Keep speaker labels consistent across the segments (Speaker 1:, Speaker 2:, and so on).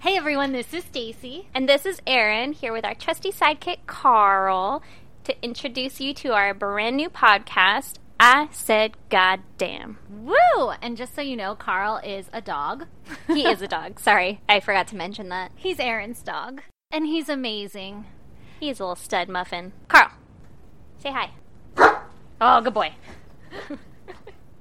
Speaker 1: Hey everyone, this is Stacy.
Speaker 2: And this is Erin here with our trusty sidekick Carl to introduce you to our brand new podcast. I said, God damn.
Speaker 1: Woo! And just so you know, Carl is a dog.
Speaker 2: He is a dog. Sorry, I forgot to mention that.
Speaker 1: He's Aaron's dog, and he's amazing.
Speaker 2: He's a little stud muffin. Carl, say hi. Oh, good boy.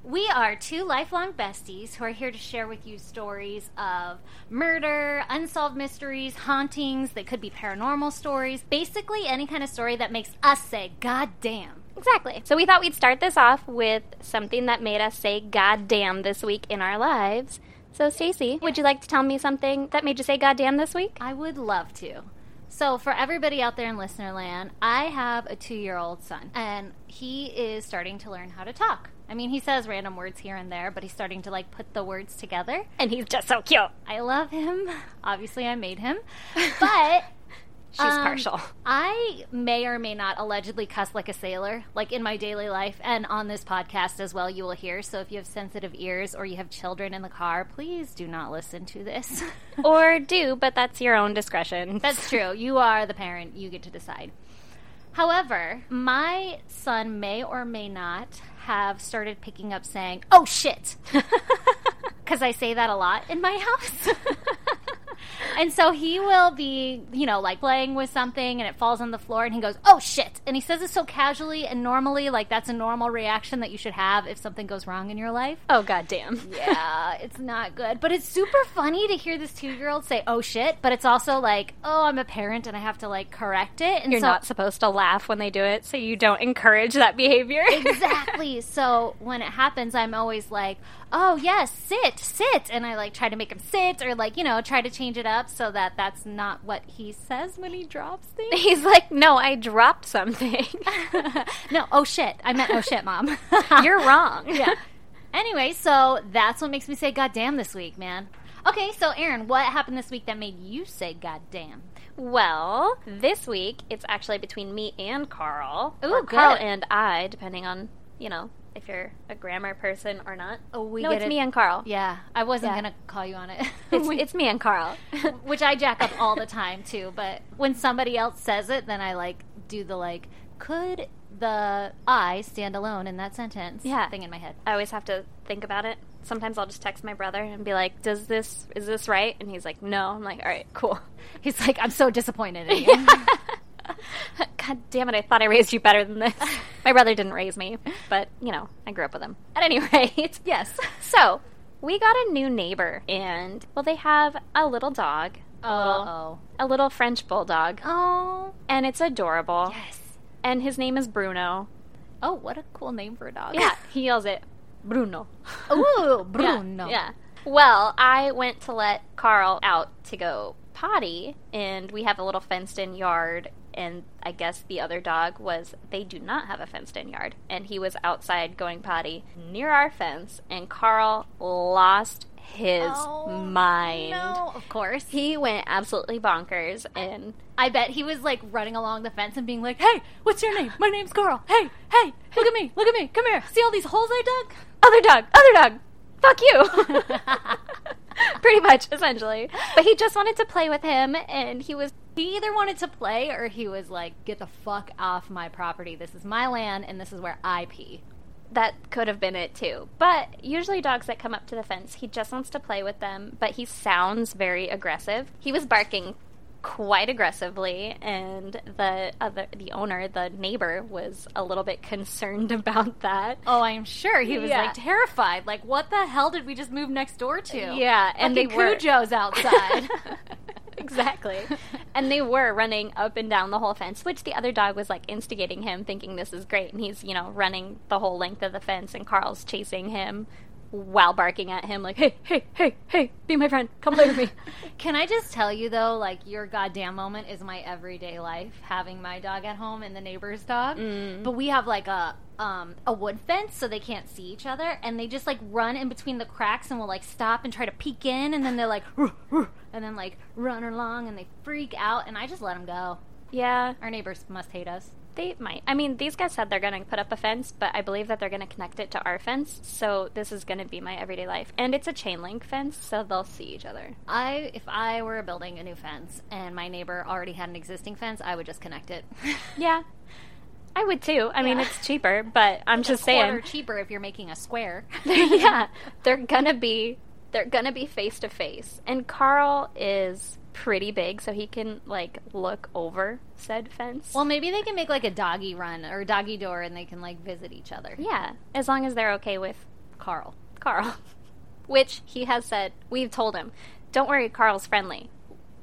Speaker 1: We are two lifelong besties who are here to share with you stories of murder, unsolved mysteries, hauntings that could be paranormal stories, basically any kind of story that makes us say, God damn.
Speaker 2: Exactly. So we thought we'd start this off with something that made us say "God damn" this week in our lives. So Stacy, would you like to tell me something that made you say "God damn" this week?
Speaker 1: I would love to. So, for everybody out there in listener land, I have a two year old son, and he is starting to learn how to talk. I mean, he says random words here and there, but he's starting to like put the words together.
Speaker 2: And he's just so cute.
Speaker 1: I love him. Obviously, I made him. But
Speaker 2: She's
Speaker 1: Um,
Speaker 2: partial.
Speaker 1: I may or may not allegedly cuss like a sailor, like in my daily life and on this podcast as well, you will hear. So if you have sensitive ears or you have children in the car, please do not listen to this.
Speaker 2: or do, but that's your own discretion.
Speaker 1: That's true. You are the parent, you get to decide. However, my son may or may not have started picking up saying, oh shit, because I say that a lot in my house. and so he will be, you know, like playing with something and it falls on the floor and he goes, oh shit. And he says it so casually and normally, like that's a normal reaction that you should have if something goes wrong in your life.
Speaker 2: oh god damn.
Speaker 1: Yeah, it's not good. But it's super funny to hear this two year old say, oh shit. But it's also like, oh, I'm a parent and I have to like correct it. And
Speaker 2: You're
Speaker 1: so-
Speaker 2: not supposed to laugh when they do it, so you don't encourage that behavior.
Speaker 1: exactly. So when it happens, I'm always like, "Oh yes, sit, sit," and I like try to make him sit, or like you know try to change it up so that that's not what he says when he drops things.
Speaker 2: He's like, "No, I dropped something.
Speaker 1: no, oh shit, I meant oh shit, mom.
Speaker 2: You're wrong."
Speaker 1: yeah. Anyway, so that's what makes me say "goddamn" this week, man. Okay, so Aaron, what happened this week that made you say "goddamn"?
Speaker 2: Well, this week it's actually between me and Carl.
Speaker 1: Ooh,
Speaker 2: or Carl
Speaker 1: good.
Speaker 2: and I, depending on you know if you're a grammar person or not.
Speaker 1: Oh, we
Speaker 2: no,
Speaker 1: get
Speaker 2: it's
Speaker 1: it.
Speaker 2: me and Carl.
Speaker 1: Yeah, I wasn't
Speaker 2: Yeah.
Speaker 1: gonna call you on it.
Speaker 2: It's,
Speaker 1: We-
Speaker 2: it's me and Carl.
Speaker 1: which I jack up all the time too. But when somebody else says it, then I like do the like, could the I stand alone in that sentence?
Speaker 2: Yeah.
Speaker 1: thing in my head.
Speaker 2: I always have to think about it. Sometimes I'll just text my brother and be like, "Does this is this right?" And he's like, "No." I'm like, "All right, cool."
Speaker 1: He's like, I'm so disappointed. In you.
Speaker 2: God damn it! I thought I raised you better than this. my brother didn't raise me, but you know, I grew up with him. At any rate,
Speaker 1: yes.
Speaker 2: So, we got a new neighbor, and well, they have a little dog, a little,
Speaker 1: Oh.
Speaker 2: a little French bulldog,
Speaker 1: Oh.
Speaker 2: and it's adorable.
Speaker 1: Yes.
Speaker 2: And his name is Bruno.
Speaker 1: Oh, what a cool name for a dog.
Speaker 2: Yeah, he yells it, Bruno.
Speaker 1: Ooh,
Speaker 2: Yeah,
Speaker 1: Bruno.
Speaker 2: Yeah, Well, I went to let Carl out to go potty, and we have a little fenced in yard. And I guess the other dog was, they do not have a fenced in yard. And he was outside going potty near our fence, and Carl lost his
Speaker 1: Oh,
Speaker 2: mind.
Speaker 1: No, of course.
Speaker 2: He went absolutely bonkers, and
Speaker 1: I bet he was like running along the fence and being like, "Hey, what's your name? My name's Carl. Hey, hey, look at me, look at me. Come here. See all these holes I dug?
Speaker 2: other dog, other dog, fuck you. Pretty much, essentially. But he just wanted to play with him, and he was
Speaker 1: He either wanted to play or he was like, get the fuck off my property. This is my land and this is where I pee.
Speaker 2: that could have been it too. But usually, dogs that come up to the fence, he just wants to play with them, but he sounds very aggressive. He was barking quite aggressively, and the other, the owner, the neighbor, was a little bit concerned about that.
Speaker 1: Oh, I'm sure he was
Speaker 2: Yeah.
Speaker 1: like terrified. Like, what the hell did we just move next door to?
Speaker 2: Yeah, and
Speaker 1: Fucking
Speaker 2: they were-
Speaker 1: Cujo's outside.
Speaker 2: exactly. And they were running up and down the whole fence, which the other dog was like instigating him, thinking this is great. And he's, you know, running the whole length of the fence, and Carl's chasing him while barking at him, like, hey, hey, hey, hey, be my friend, come play with me.
Speaker 1: Can I just tell you though, like your goddamn moment is my everyday life having my dog at home and the neighbor's dog.
Speaker 2: Mm.
Speaker 1: But we have like a um, a wood fence so they can't see each other, and they just like run in between the cracks and will like stop and try to peek in, and then they're like, "Ruh, ruh," and then like run along and they freak out, and I just let them go.
Speaker 2: yeah.
Speaker 1: Our neighbors must hate us.
Speaker 2: They might. I mean, these guys said they're going to put up a fence, but I believe that they're going to connect it to our fence. So this is going to be my everyday life. And it's a chain link fence, so they'll see each other.
Speaker 1: I if I were building a new fence and my neighbor already had an existing fence, I would just connect it.
Speaker 2: Yeah. I would too. I mean,
Speaker 1: Yeah.
Speaker 2: it's cheaper, but I'm
Speaker 1: It's
Speaker 2: just
Speaker 1: a quarter
Speaker 2: saying.
Speaker 1: cheaper if you're making a square.
Speaker 2: yeah, they're gonna be they're gonna be face to face. And Carl is pretty big, so he can like look over said fence.
Speaker 1: Well, maybe they can make like a doggy run or doggy door, and they can like visit each other.
Speaker 2: yeah, as long as they're okay with
Speaker 1: Carl.
Speaker 2: Carl, which he has said we've told him, don't worry, Carl's friendly,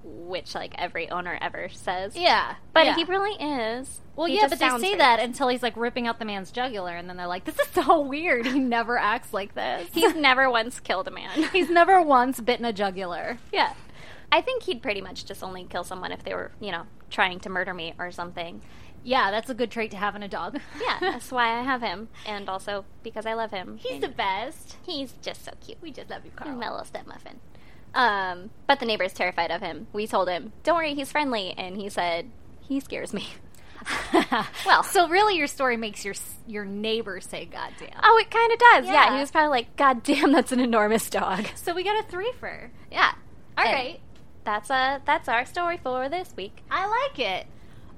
Speaker 2: which like every owner ever says.
Speaker 1: Yeah,
Speaker 2: But
Speaker 1: yeah.
Speaker 2: he really is.
Speaker 1: Well,
Speaker 2: He
Speaker 1: yeah,
Speaker 2: just
Speaker 1: but they say
Speaker 2: sounds very-
Speaker 1: that until he's like ripping out the man's jugular, and then they're like, "This is so weird. He never acts like this.
Speaker 2: he's never once killed a man.
Speaker 1: he's never once bitten a jugular."
Speaker 2: yeah. I think he'd pretty much just only kill someone if they were, you know, trying to murder me or something.
Speaker 1: Yeah, that's a good trait to have in a dog.
Speaker 2: Yeah, that's why I have him, and also because I love him.
Speaker 1: he's
Speaker 2: And
Speaker 1: the best.
Speaker 2: he's just so cute. We just love you,
Speaker 1: Carl.
Speaker 2: My little stepmuffin. Um, but the neighbor's terrified of him. We told him, "Don't worry, he's friendly," and he said, "He scares me."
Speaker 1: well, so really, your story makes your s- your neighbor say, "Goddamn."
Speaker 2: Oh, it kind of does. Yeah.
Speaker 1: Yeah.
Speaker 2: he was probably like, "God damn, that's an enormous dog."
Speaker 1: so we got a three for.
Speaker 2: Yeah.
Speaker 1: All right.
Speaker 2: And That's uh that's our story for this week.
Speaker 1: I like it.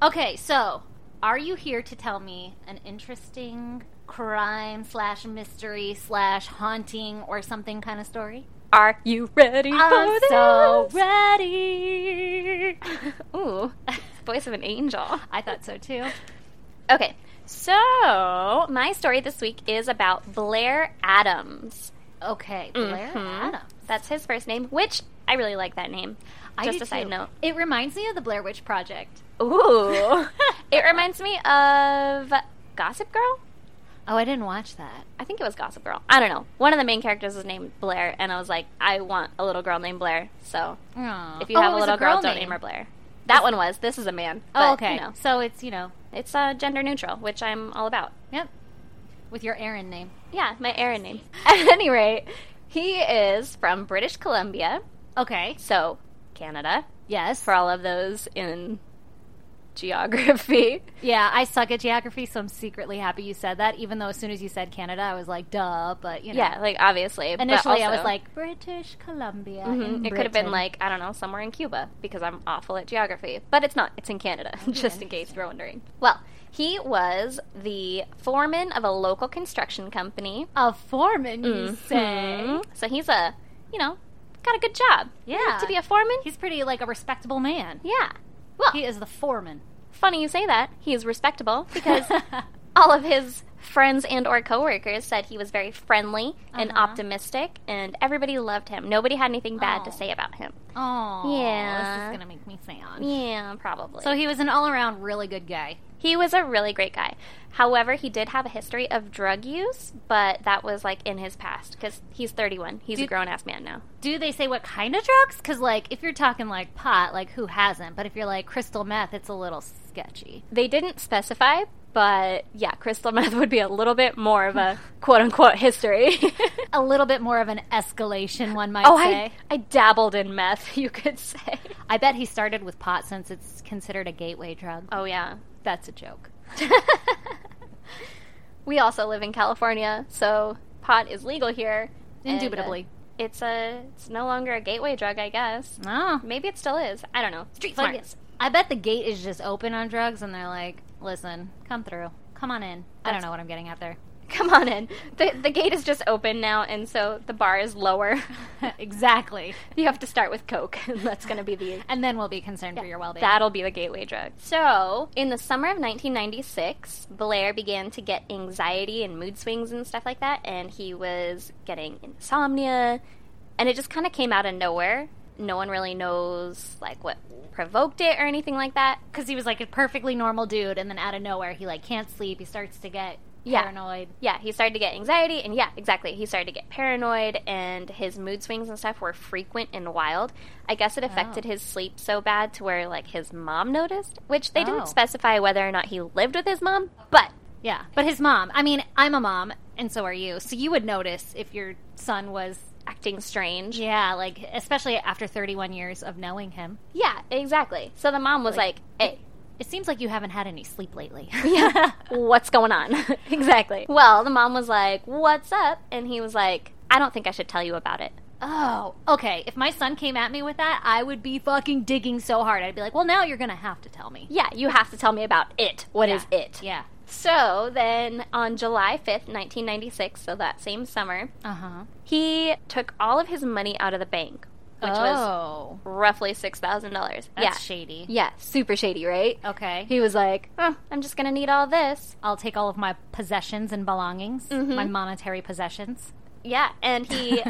Speaker 1: Okay, so are you here to tell me an interesting crime slash mystery slash haunting or something kind of story?
Speaker 2: Are you ready
Speaker 1: I'm
Speaker 2: for
Speaker 1: so
Speaker 2: this?
Speaker 1: ready.
Speaker 2: Ooh, voice of an angel.
Speaker 1: I thought so too.
Speaker 2: Okay, so my story this week is about Blair Adams.
Speaker 1: Okay, Blair
Speaker 2: Mhm.
Speaker 1: Adams.
Speaker 2: That's his first name, which I really like that name.
Speaker 1: I
Speaker 2: Just
Speaker 1: do
Speaker 2: a side
Speaker 1: too.
Speaker 2: note.
Speaker 1: It reminds me of the Blair Witch Project.
Speaker 2: Ooh, it reminds me of Gossip Girl.
Speaker 1: Oh, I didn't watch that.
Speaker 2: I think it was Gossip Girl. I don't know. One of the main characters is named Blair, and I was like, I want a little girl named Blair. So
Speaker 1: Aw.
Speaker 2: if you
Speaker 1: Oh,
Speaker 2: have
Speaker 1: it
Speaker 2: a
Speaker 1: was
Speaker 2: little girl, don't
Speaker 1: name.
Speaker 2: name her Blair. That one was. This is a man.
Speaker 1: Oh,
Speaker 2: but,
Speaker 1: okay.
Speaker 2: you know,
Speaker 1: So it's you know,
Speaker 2: it's uh, gender neutral, which I'm all about.
Speaker 1: yep, with your Aaron name.
Speaker 2: Yeah, my Aaron name. At any rate, he is from British Columbia,
Speaker 1: Okay.
Speaker 2: so Canada.
Speaker 1: Yes.
Speaker 2: for all of those in geography.
Speaker 1: Yeah, I suck at geography, so I'm secretly happy you said that. Even though as soon as you said Canada, I was like, duh. But you know,
Speaker 2: Yeah, like obviously. but
Speaker 1: initially I
Speaker 2: also-
Speaker 1: was like British Columbia.
Speaker 2: Mhm,
Speaker 1: in
Speaker 2: it could have been
Speaker 1: Britain.
Speaker 2: like I don't know, somewhere in Cuba because I'm awful at geography. But it's not. It's in Canada, just in case you're wondering. Well, he was the foreman of a local construction company.
Speaker 1: a foreman, you say.
Speaker 2: Mhm. So he's a, you know, got a good job.
Speaker 1: Yeah.
Speaker 2: To be a foreman.
Speaker 1: He's pretty like a respectable man.
Speaker 2: yeah. Well,
Speaker 1: He is the foreman
Speaker 2: funny you say that. He is respectable because all of his friends and or coworkers said he was very friendly and
Speaker 1: Uh-huh.
Speaker 2: optimistic and everybody loved him nobody had anything bad
Speaker 1: Oh.
Speaker 2: to say about him
Speaker 1: oh this
Speaker 2: Yeah.
Speaker 1: is gonna make me sad.
Speaker 2: yeah probably
Speaker 1: So he was an all around really good guy.
Speaker 2: he was a really great guy however he did have a history of drug use but that was like in his past because he's 31 he's
Speaker 1: Do-
Speaker 2: a grown-ass man now
Speaker 1: Do they say what kind of drugs? Because like if you're talking like pot, like who hasn't? But if you're like crystal meth, it's a little sketchy.
Speaker 2: they didn't specify but yeah crystal meth would be a little bit more of a quote-unquote history
Speaker 1: A little bit more of an escalation, one might
Speaker 2: oh
Speaker 1: say.
Speaker 2: I, I dabbled in meth you could say
Speaker 1: I bet he started with pot since it's considered a gateway drug.
Speaker 2: oh yeah
Speaker 1: That's a joke.
Speaker 2: we also live in California, so pot is legal here. and, uh,
Speaker 1: Indubitably.
Speaker 2: it's a it's no longer a gateway drug, I guess.
Speaker 1: No.
Speaker 2: Maybe it still is. I don't know. Street smarts.
Speaker 1: Oh. I bet the gate is just open on drugs and they're like, listen, come through. Come on in. I don't
Speaker 2: That's-
Speaker 1: know what I'm getting at there.
Speaker 2: Come on in. The the gate is just open now, and so the bar is lower.
Speaker 1: exactly.
Speaker 2: you have to start with coke, and that's going to be the
Speaker 1: And then we'll be concerned for your well being.
Speaker 2: That'll be the gateway drug. So, in the summer of 1996, Blair began to get anxiety and mood swings and stuff like that, and he was getting insomnia, and it just kind of came out of nowhere. No one really knows like what provoked it or anything like that.
Speaker 1: Because he was like a perfectly normal dude and then out of nowhere he like can't sleep. He starts to get
Speaker 2: Yeah.
Speaker 1: paranoid.
Speaker 2: Yeah, he started to get anxiety, and yeah, exactly. He started to get paranoid, and his mood swings and stuff were frequent and wild. I guess it affected
Speaker 1: Oh.
Speaker 2: his sleep so bad to where, like, his mom noticed, which they
Speaker 1: Oh.
Speaker 2: didn't specify whether or not he lived with his mom, but
Speaker 1: Yeah. But his mom, I mean, I'm a mom and so are you. So you would notice if your son was,
Speaker 2: acting strange.
Speaker 1: yeah, like, especially after 31 years of knowing him.
Speaker 2: Yeah, exactly. So the mom was like,
Speaker 1: Like- eh.
Speaker 2: hey,
Speaker 1: It seems like you haven't had any sleep lately.
Speaker 2: yeah. What's going on? exactly. Well, the mom was like, What's up? And he was like, I don't think I should tell you about it.
Speaker 1: Oh, okay. If my son came at me with that, I would be fucking digging so hard. I'd be like, well, now you're going to have to tell me.
Speaker 2: Yeah, you have to tell me about it. What is
Speaker 1: Yeah.
Speaker 2: it?
Speaker 1: Yeah.
Speaker 2: So then on July 5th, 1996, so that same summer,
Speaker 1: Uh huh.
Speaker 2: he took all of his money out of the bank, which was
Speaker 1: oh,
Speaker 2: roughly $6,000.
Speaker 1: that's Oh.
Speaker 2: Yeah.
Speaker 1: shady.
Speaker 2: yeah, super shady, right?
Speaker 1: Okay.
Speaker 2: He was like, oh, I'm just going to need all this.
Speaker 1: I'll take all of my possessions and belongings,
Speaker 2: Mhm.
Speaker 1: my monetary possessions.
Speaker 2: Yeah, and he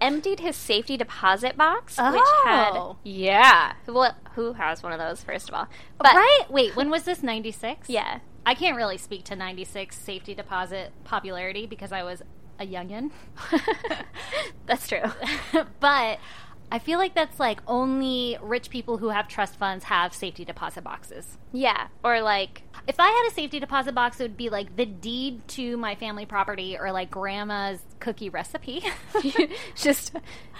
Speaker 2: emptied his safety deposit box, which
Speaker 1: Oh.
Speaker 2: had yeah. Well, who has one of those? First of all, but
Speaker 1: right? Wait, when was this? 96?
Speaker 2: yeah,
Speaker 1: I can't really speak to 96 safety deposit popularity because I was a youngin.
Speaker 2: that's true.
Speaker 1: but I feel like that's like only rich people who have trust funds have safety deposit boxes.
Speaker 2: Yeah, or like
Speaker 1: If I had a safety deposit box, it would be like the deed to my family property or like grandma's cookie recipe.
Speaker 2: just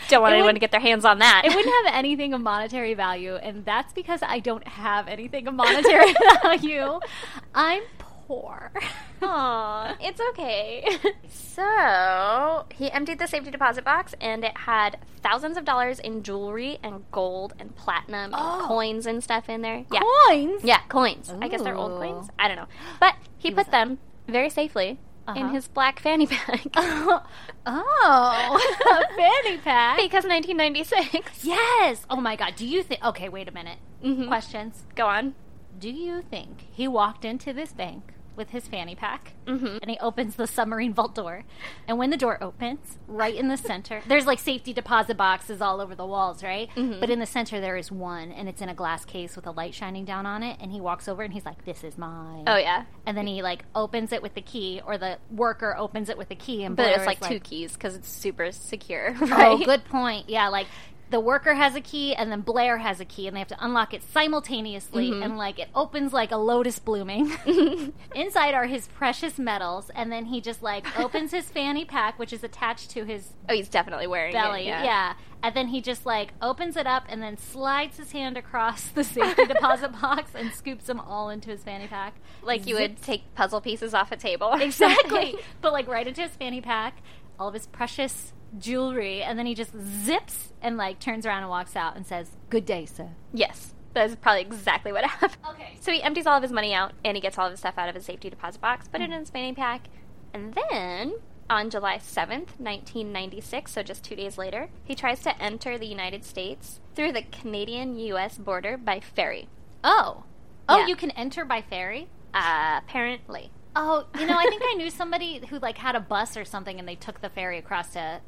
Speaker 2: don't want
Speaker 1: It
Speaker 2: anyone
Speaker 1: would-
Speaker 2: to get their hands on that.
Speaker 1: it wouldn't have anything of monetary value, and that's because I don't have anything of monetary value. I'm poor.
Speaker 2: Aw, it's okay. so he emptied the safety deposit box, and it had thousands of dollars in jewelry and gold and platinum and
Speaker 1: Oh.
Speaker 2: coins and stuff in there. Yeah,
Speaker 1: Coins?
Speaker 2: Yeah, coins. I guess they're old
Speaker 1: Ooh.
Speaker 2: coins. I don't know. But he,
Speaker 1: He was
Speaker 2: put them very safely in
Speaker 1: Uh-huh.
Speaker 2: his black fanny bag.
Speaker 1: oh, a fanny pack.
Speaker 2: because 1996.
Speaker 1: Yes. Oh my God. Do you think? Okay, wait a minute.
Speaker 2: Mhm.
Speaker 1: Questions.
Speaker 2: Go on.
Speaker 1: Do you think he walked into this bank with his fanny pack
Speaker 2: Mhm.
Speaker 1: and he opens the submarine vault door? And when the door opens, right in the center, there's like safety deposit boxes all over the walls, right?
Speaker 2: Mhm.
Speaker 1: But in the center, there is one and it's in a glass case with a light shining down on it. And he walks over and he's like, This is mine.
Speaker 2: Oh, yeah.
Speaker 1: And then he like opens it with the key, or the worker opens it with the key, and
Speaker 2: But
Speaker 1: Blair
Speaker 2: it's
Speaker 1: is
Speaker 2: like, two keys because it's super secure,
Speaker 1: Oh,
Speaker 2: right?
Speaker 1: good point. Yeah, like the worker has a key and then Blair has a key and they have to unlock it simultaneously
Speaker 2: Mm-hmm.
Speaker 1: and like it opens like a lotus blooming. Inside are his precious metals and then he just like opens his fanny pack which is attached to his
Speaker 2: Oh, he's definitely wearing
Speaker 1: belly.
Speaker 2: It,
Speaker 1: yeah. And then he just like opens it up and then slides his hand across the safety deposit box and scoops them all into his fanny pack.
Speaker 2: Like you would take puzzle pieces off a table. or
Speaker 1: Exactly.
Speaker 2: something.
Speaker 1: but like right into his fanny pack, all of his precious jewelry, and then he just zips and like turns around and walks out and says, "Good day, sir."
Speaker 2: yes. That's probably exactly what happened.
Speaker 1: Okay.
Speaker 2: So he empties all of his money out and he gets all of his stuff out of his safety deposit box, put it in his fanny pack, and then on July 7th, 1996, so just two days later, he tries to enter the United States through the Canadian US border by ferry.
Speaker 1: Oh, oh,
Speaker 2: Yeah.
Speaker 1: you can enter by ferry.
Speaker 2: Uh, apparently.
Speaker 1: Oh, you know, I think I knew somebody who like had a bus or something, and they took the ferry across to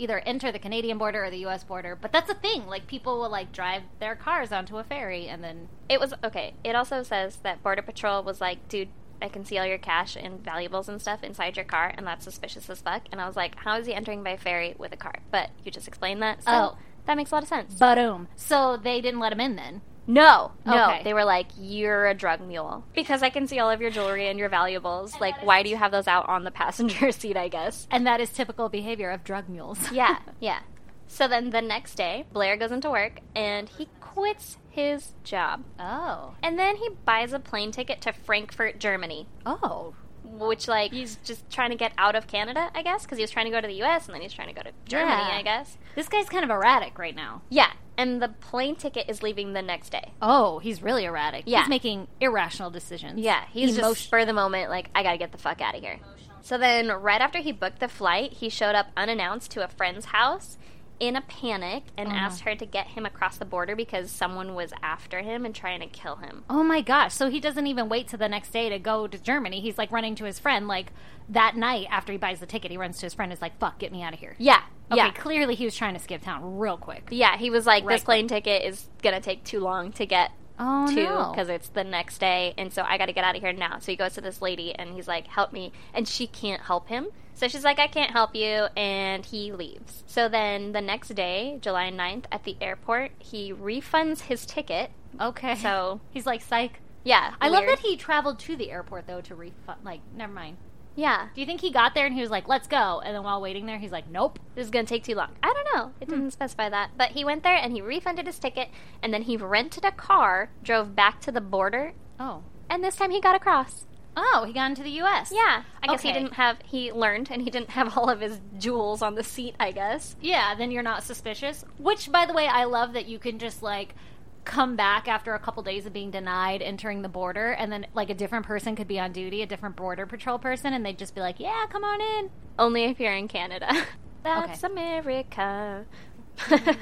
Speaker 1: either enter the Canadian border or the U.S. border. But that's a thing; like people will like drive their cars onto a ferry, and then
Speaker 2: It was okay. It also says that Border Patrol was like, dude, I can see all your cash and valuables and stuff inside your car, and that's suspicious as fuck. And I was like, how is he entering by ferry with a car? But you just explained that, so
Speaker 1: Oh.
Speaker 2: that makes a lot of sense.
Speaker 1: boom. So they didn't let him in then.
Speaker 2: No, no.
Speaker 1: Okay.
Speaker 2: They were like, "You're a drug mule because I can see all of your jewelry and your valuables. Like, why do you have those out on the passenger seat? I guess."
Speaker 1: And that is typical behavior of drug mules.
Speaker 2: Yeah, yeah. So then the next day, Blair goes into work and he quits his job,
Speaker 1: oh.
Speaker 2: and then he buys a plane ticket to Frankfurt, Germany.
Speaker 1: Oh.
Speaker 2: Which, like, he's just trying to get out of Canada, I guess, because he was trying to go to the U.S. and then he's trying to go to Germany,
Speaker 1: Yeah.
Speaker 2: I guess.
Speaker 1: This guy's kind of erratic right now.
Speaker 2: Yeah, and the plane ticket is leaving the next day.
Speaker 1: Oh, he's really erratic.
Speaker 2: Yeah.
Speaker 1: He's making irrational decisions.
Speaker 2: Yeah, he's just
Speaker 1: Emotion-
Speaker 2: for the moment like I gotta get the fuck out of here. So then, right after he booked the flight, he showed up unannounced to a friend's house in a panic and
Speaker 1: Uh-huh.
Speaker 2: asked her to get him across the border because someone was after him and trying to kill him.
Speaker 1: Oh my gosh. So he doesn't even wait till the next day to go to Germany. He's like running to his friend like that night after he buys the ticket, he runs to his friend and is like, "Fuck, get me out of here."
Speaker 2: Yeah,
Speaker 1: Okay,
Speaker 2: yeah,
Speaker 1: clearly he was trying to skip town real quick.
Speaker 2: yeah. He was like,
Speaker 1: Right,
Speaker 2: "This plane ticket is gonna take too long to get
Speaker 1: Oh
Speaker 2: to
Speaker 1: no.
Speaker 2: because it's the next day, and so I gotta get out of here now." So he goes to this lady and he's like, "Help me," and she can't help him. So she's like, I can't help you, and he leaves. So then the next day, July 9th, at the airport, he refunds his ticket
Speaker 1: Okay.
Speaker 2: So
Speaker 1: he's like, "Psych."
Speaker 2: yeah,
Speaker 1: I love that he traveled to the airport though to refund like, never mind.
Speaker 2: Yeah,
Speaker 1: Do you think he got there and he was like, "Let's go." And then while waiting there, he's like, "Nope."
Speaker 2: this is gonna take too long. I don't know.
Speaker 1: Hmm.
Speaker 2: It didn't specify that, but he went there and he refunded his ticket, and then he rented a car, drove back to the border,
Speaker 1: Oh.
Speaker 2: And this time he got across.
Speaker 1: Oh, he got into the U.S.
Speaker 2: Yeah. I guess he
Speaker 1: Okay.
Speaker 2: didn't have, he learned and he didn't have all of his jewels on the seat, I guess.
Speaker 1: Yeah, then you're not suspicious. Which, by the way, I love that you can just like come back after a couple days of being denied entering the border, and then like a different person could be on duty, a different border patrol person, and they'd just be like, "Yeah, come on in."
Speaker 2: Only if you're in Canada. That's America.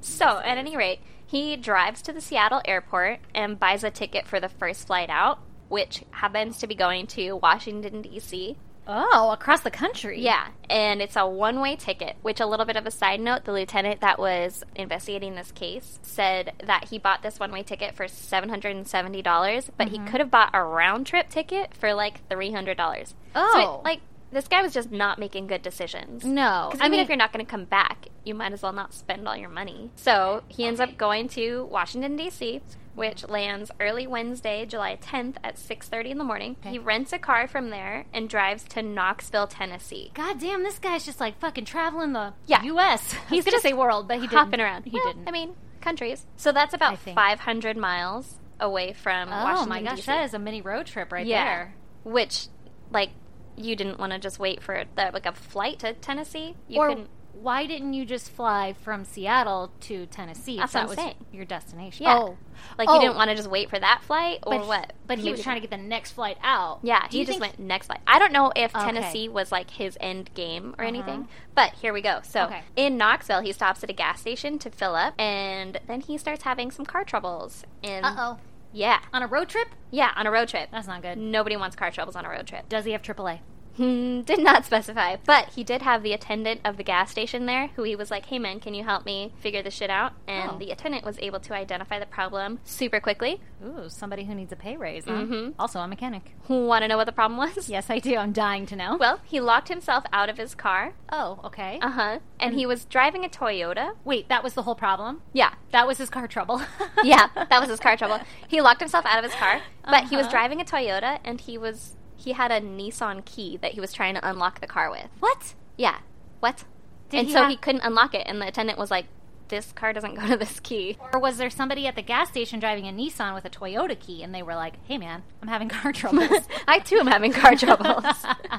Speaker 2: so, at any rate, he drives to the Seattle airport and buys a ticket for the first flight out, which happens to be going to Washington, D.C.
Speaker 1: Oh, across the country.
Speaker 2: Yeah, and it's a one way ticket, which, a little bit of a side note, the lieutenant that was investigating this case said that he bought this one way ticket for $770, but
Speaker 1: Mm-hmm.
Speaker 2: he could have bought a round trip ticket for like $300. So,
Speaker 1: Oh.
Speaker 2: it, like, this guy was just not making good decisions.
Speaker 1: No,
Speaker 2: Because even if you're not going to come back, you might as well not spend all your money. So he ends up going to Washington D.C., which lands early Wednesday, July 10th at 6:30 in the morning.
Speaker 1: Okay.
Speaker 2: He rents a car from there and drives to Knoxville, Tennessee.
Speaker 1: God damn, this guy's just like fucking traveling the
Speaker 2: Yeah.
Speaker 1: U.S. He's gonna
Speaker 2: just
Speaker 1: say world, but he didn't.
Speaker 2: Hopping around,
Speaker 1: He
Speaker 2: Well,
Speaker 1: didn't.
Speaker 2: I mean, countries. So that's
Speaker 1: I
Speaker 2: about
Speaker 1: think.
Speaker 2: 500 miles away from
Speaker 1: oh
Speaker 2: Washington
Speaker 1: my gosh,
Speaker 2: D.C.
Speaker 1: that is a mini road trip right
Speaker 2: Yeah.
Speaker 1: there.
Speaker 2: Which, like, you didn't want to just wait for the, like a flight to Tennessee. You
Speaker 1: or
Speaker 2: couldn't-
Speaker 1: why didn't you just fly from Seattle to Tennessee?
Speaker 2: That's
Speaker 1: if that
Speaker 2: what
Speaker 1: was
Speaker 2: I'm saying.
Speaker 1: your destination.
Speaker 2: Yeah.
Speaker 1: Oh,
Speaker 2: Like
Speaker 1: Oh.
Speaker 2: you didn't want to just wait for that flight or
Speaker 1: but,
Speaker 2: what?
Speaker 1: But he was trying to get the next flight out.
Speaker 2: Yeah,
Speaker 1: Do
Speaker 2: he
Speaker 1: you
Speaker 2: just
Speaker 1: think-
Speaker 2: went next flight. I don't know if
Speaker 1: Okay.
Speaker 2: Tennessee was like his end game or
Speaker 1: Uh-huh.
Speaker 2: anything, but here we go. So
Speaker 1: Okay.
Speaker 2: in Knoxville, he stops at a gas station to fill up, and then he starts having some car troubles. And
Speaker 1: Uh oh.
Speaker 2: yeah,
Speaker 1: On a road trip?
Speaker 2: yeah, on a road trip.
Speaker 1: That's not good.
Speaker 2: Nobody wants car troubles on a road trip.
Speaker 1: Does he have AAA?
Speaker 2: Hmm, did not specify, but he did have the attendant of the gas station there who he was like, hey man, can you help me figure this shit out? And
Speaker 1: Oh.
Speaker 2: the attendant was able to identify the problem super quickly.
Speaker 1: Ooh, somebody who needs a pay raise. Huh?
Speaker 2: Mhm.
Speaker 1: Also, a mechanic.
Speaker 2: Want to know what the problem was?
Speaker 1: Yes, I do. I'm dying to know.
Speaker 2: Well, he locked himself out of his car.
Speaker 1: oh, okay.
Speaker 2: Uh huh. And he was driving a Toyota.
Speaker 1: Wait, that was the whole problem.
Speaker 2: Yeah.
Speaker 1: That was his car trouble.
Speaker 2: Yeah, that was his car trouble. He locked himself out of his car, but he was
Speaker 1: Uh-huh.
Speaker 2: driving a Toyota and he was he had a Nissan key that he was trying to unlock the car with.
Speaker 1: What?
Speaker 2: Yeah. What?
Speaker 1: Did
Speaker 2: and
Speaker 1: he
Speaker 2: so
Speaker 1: have-
Speaker 2: he couldn't unlock it and the attendant was like, "This car doesn't go to this key."
Speaker 1: Or was there somebody at the gas station driving a Nissan with a Toyota key and they were like, hey man, I'm having car troubles?
Speaker 2: I too am having car troubles.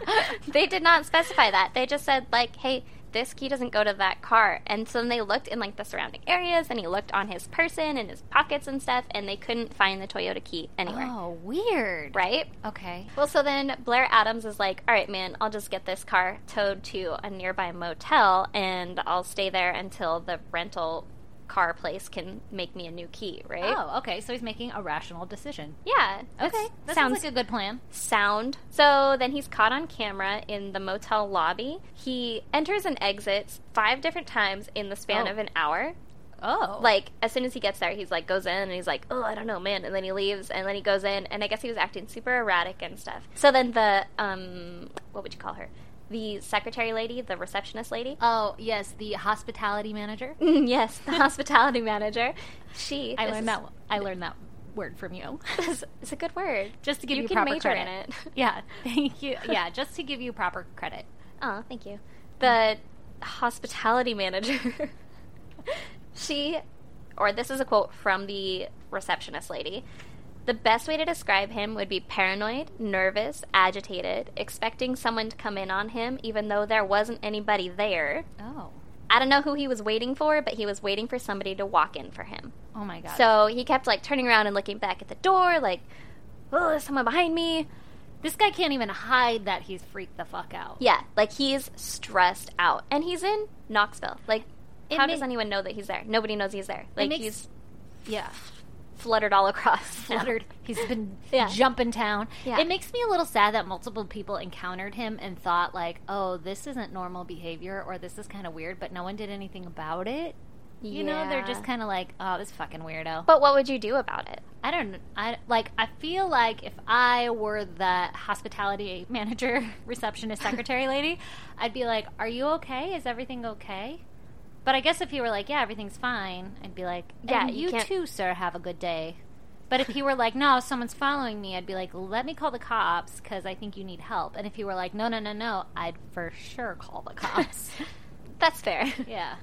Speaker 2: they did not specify that. They just said like, "Hey, this key doesn't go to that car." And so then they looked in like the surrounding areas, and he looked on his person and his pockets and stuff, and they couldn't find the Toyota key anywhere.
Speaker 1: oh, weird.
Speaker 2: Right?
Speaker 1: Okay.
Speaker 2: Well, so then Blair Adams is like, "All right, man, I'll just get this car towed to a nearby motel, and I'll stay there until the rental car place can make me a new key." Right?
Speaker 1: Oh, okay. So he's making a rational decision.
Speaker 2: Yeah. that's-
Speaker 1: Okay. That sounds,
Speaker 2: sounds
Speaker 1: like a good plan.
Speaker 2: sound. So then he's caught on camera in the motel lobby. He enters and exits five different times in the span
Speaker 1: Oh.
Speaker 2: of an hour.
Speaker 1: Oh.
Speaker 2: Like as soon as he gets there, he's like goes in and he's like, "Oh, I don't know, man." And then he leaves and then he goes in and I guess he was acting super erratic and stuff. So then the um what would you call her? The secretary lady, the receptionist lady? Mm,
Speaker 1: oh, yes, the hospitality manager.
Speaker 2: yes, the hospitality manager. She
Speaker 1: I
Speaker 2: this
Speaker 1: learned
Speaker 2: is-
Speaker 1: that I learned that word from you.
Speaker 2: It's, it's a good word.
Speaker 1: just to give you,
Speaker 2: can
Speaker 1: proper
Speaker 2: major
Speaker 1: credit.
Speaker 2: in it.
Speaker 1: Yeah, thank you. Yeah, just to give you proper credit.
Speaker 2: Oh, thank you. The hospitality manager. she, or this is a quote from the receptionist lady. The best way to describe him would be paranoid, nervous, agitated, expecting someone to come in on him, even though there wasn't anybody there.
Speaker 1: Oh,
Speaker 2: I don't know who he was waiting for, but he was waiting for somebody to walk in for him.
Speaker 1: oh my god. So
Speaker 2: So he kept like turning around and looking back at the door, like, oh, there's someone behind me.
Speaker 1: this guy can't even hide that he's freaked the fuck out.
Speaker 2: Yeah, like he's stressed out, and he's in Knoxville. Like,
Speaker 1: It
Speaker 2: how
Speaker 1: ma-
Speaker 2: does anyone know that he's there? Nobody knows he's there. Like
Speaker 1: makes-
Speaker 2: he's
Speaker 1: Yeah,
Speaker 2: fluttered all across. now.
Speaker 1: fluttered. He's been
Speaker 2: Yeah.
Speaker 1: jumping town.
Speaker 2: Yeah.
Speaker 1: It makes me a little sad that multiple people encountered him and thought like, "Oh, this isn't normal behavior, or this is kind of weird," but no one did anything about it. You know, they're
Speaker 2: Yeah.
Speaker 1: just kind of like, "Oh, this fucking weirdo."
Speaker 2: But what would you do about it?
Speaker 1: I don't I like I feel like if I were the hospitality manager, receptionist, secretary lady, I'd be like, "Are you okay? Is everything okay?" But I guess if he were like, "Yeah, everything's fine," I'd be like,
Speaker 2: Yeah,
Speaker 1: "Yeah,
Speaker 2: you
Speaker 1: you,
Speaker 2: can't-
Speaker 1: too, sir. Have a good day." But if he were like, "No, someone's following me," I'd be like, "Let me call the cops cuz I think you need help." And if he were like, "No, no, no, no," I'd for sure call the cops.
Speaker 2: That's fair.
Speaker 1: yeah.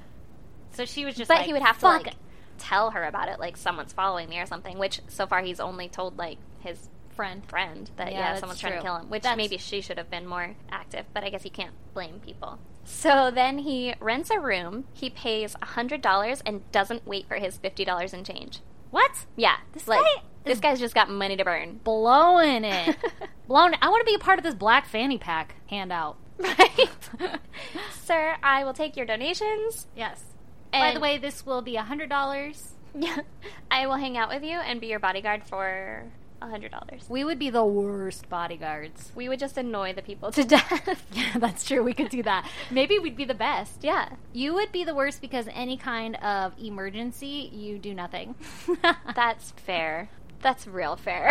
Speaker 1: So she was just
Speaker 2: But
Speaker 1: like,
Speaker 2: he would have to,
Speaker 1: "Fuck
Speaker 2: like-
Speaker 1: it."
Speaker 2: tell her about it, like someone's following me or something. Which so far he's only told like his
Speaker 1: friend.
Speaker 2: friend that
Speaker 1: Yeah,
Speaker 2: yeah,
Speaker 1: that's
Speaker 2: someone's
Speaker 1: true.
Speaker 2: trying to kill him. Which
Speaker 1: That's-
Speaker 2: maybe she should have been more active, but I guess you can't blame people. So then he rents a room. He pays hundred dollars and doesn't wait for his fifty dollars in change.
Speaker 1: What?
Speaker 2: Yeah,
Speaker 1: This
Speaker 2: like,
Speaker 1: guy
Speaker 2: This
Speaker 1: is-
Speaker 2: guy's just got money to burn.
Speaker 1: Blowing it. Blown. I want to be a part of this black fanny pack handout.
Speaker 2: right, sir. I will take your donations.
Speaker 1: Yes. By
Speaker 2: And
Speaker 1: the way, this will be a hundred dollars.
Speaker 2: I will hang out with you and be your bodyguard for hundred dollars.
Speaker 1: We would be the worst bodyguards.
Speaker 2: We would just annoy the people to death.
Speaker 1: Yeah, that's true. We could do that. Maybe we'd be the best.
Speaker 2: yeah.
Speaker 1: You would be the worst because any kind of emergency, you do nothing.
Speaker 2: That's fair. That's real fair.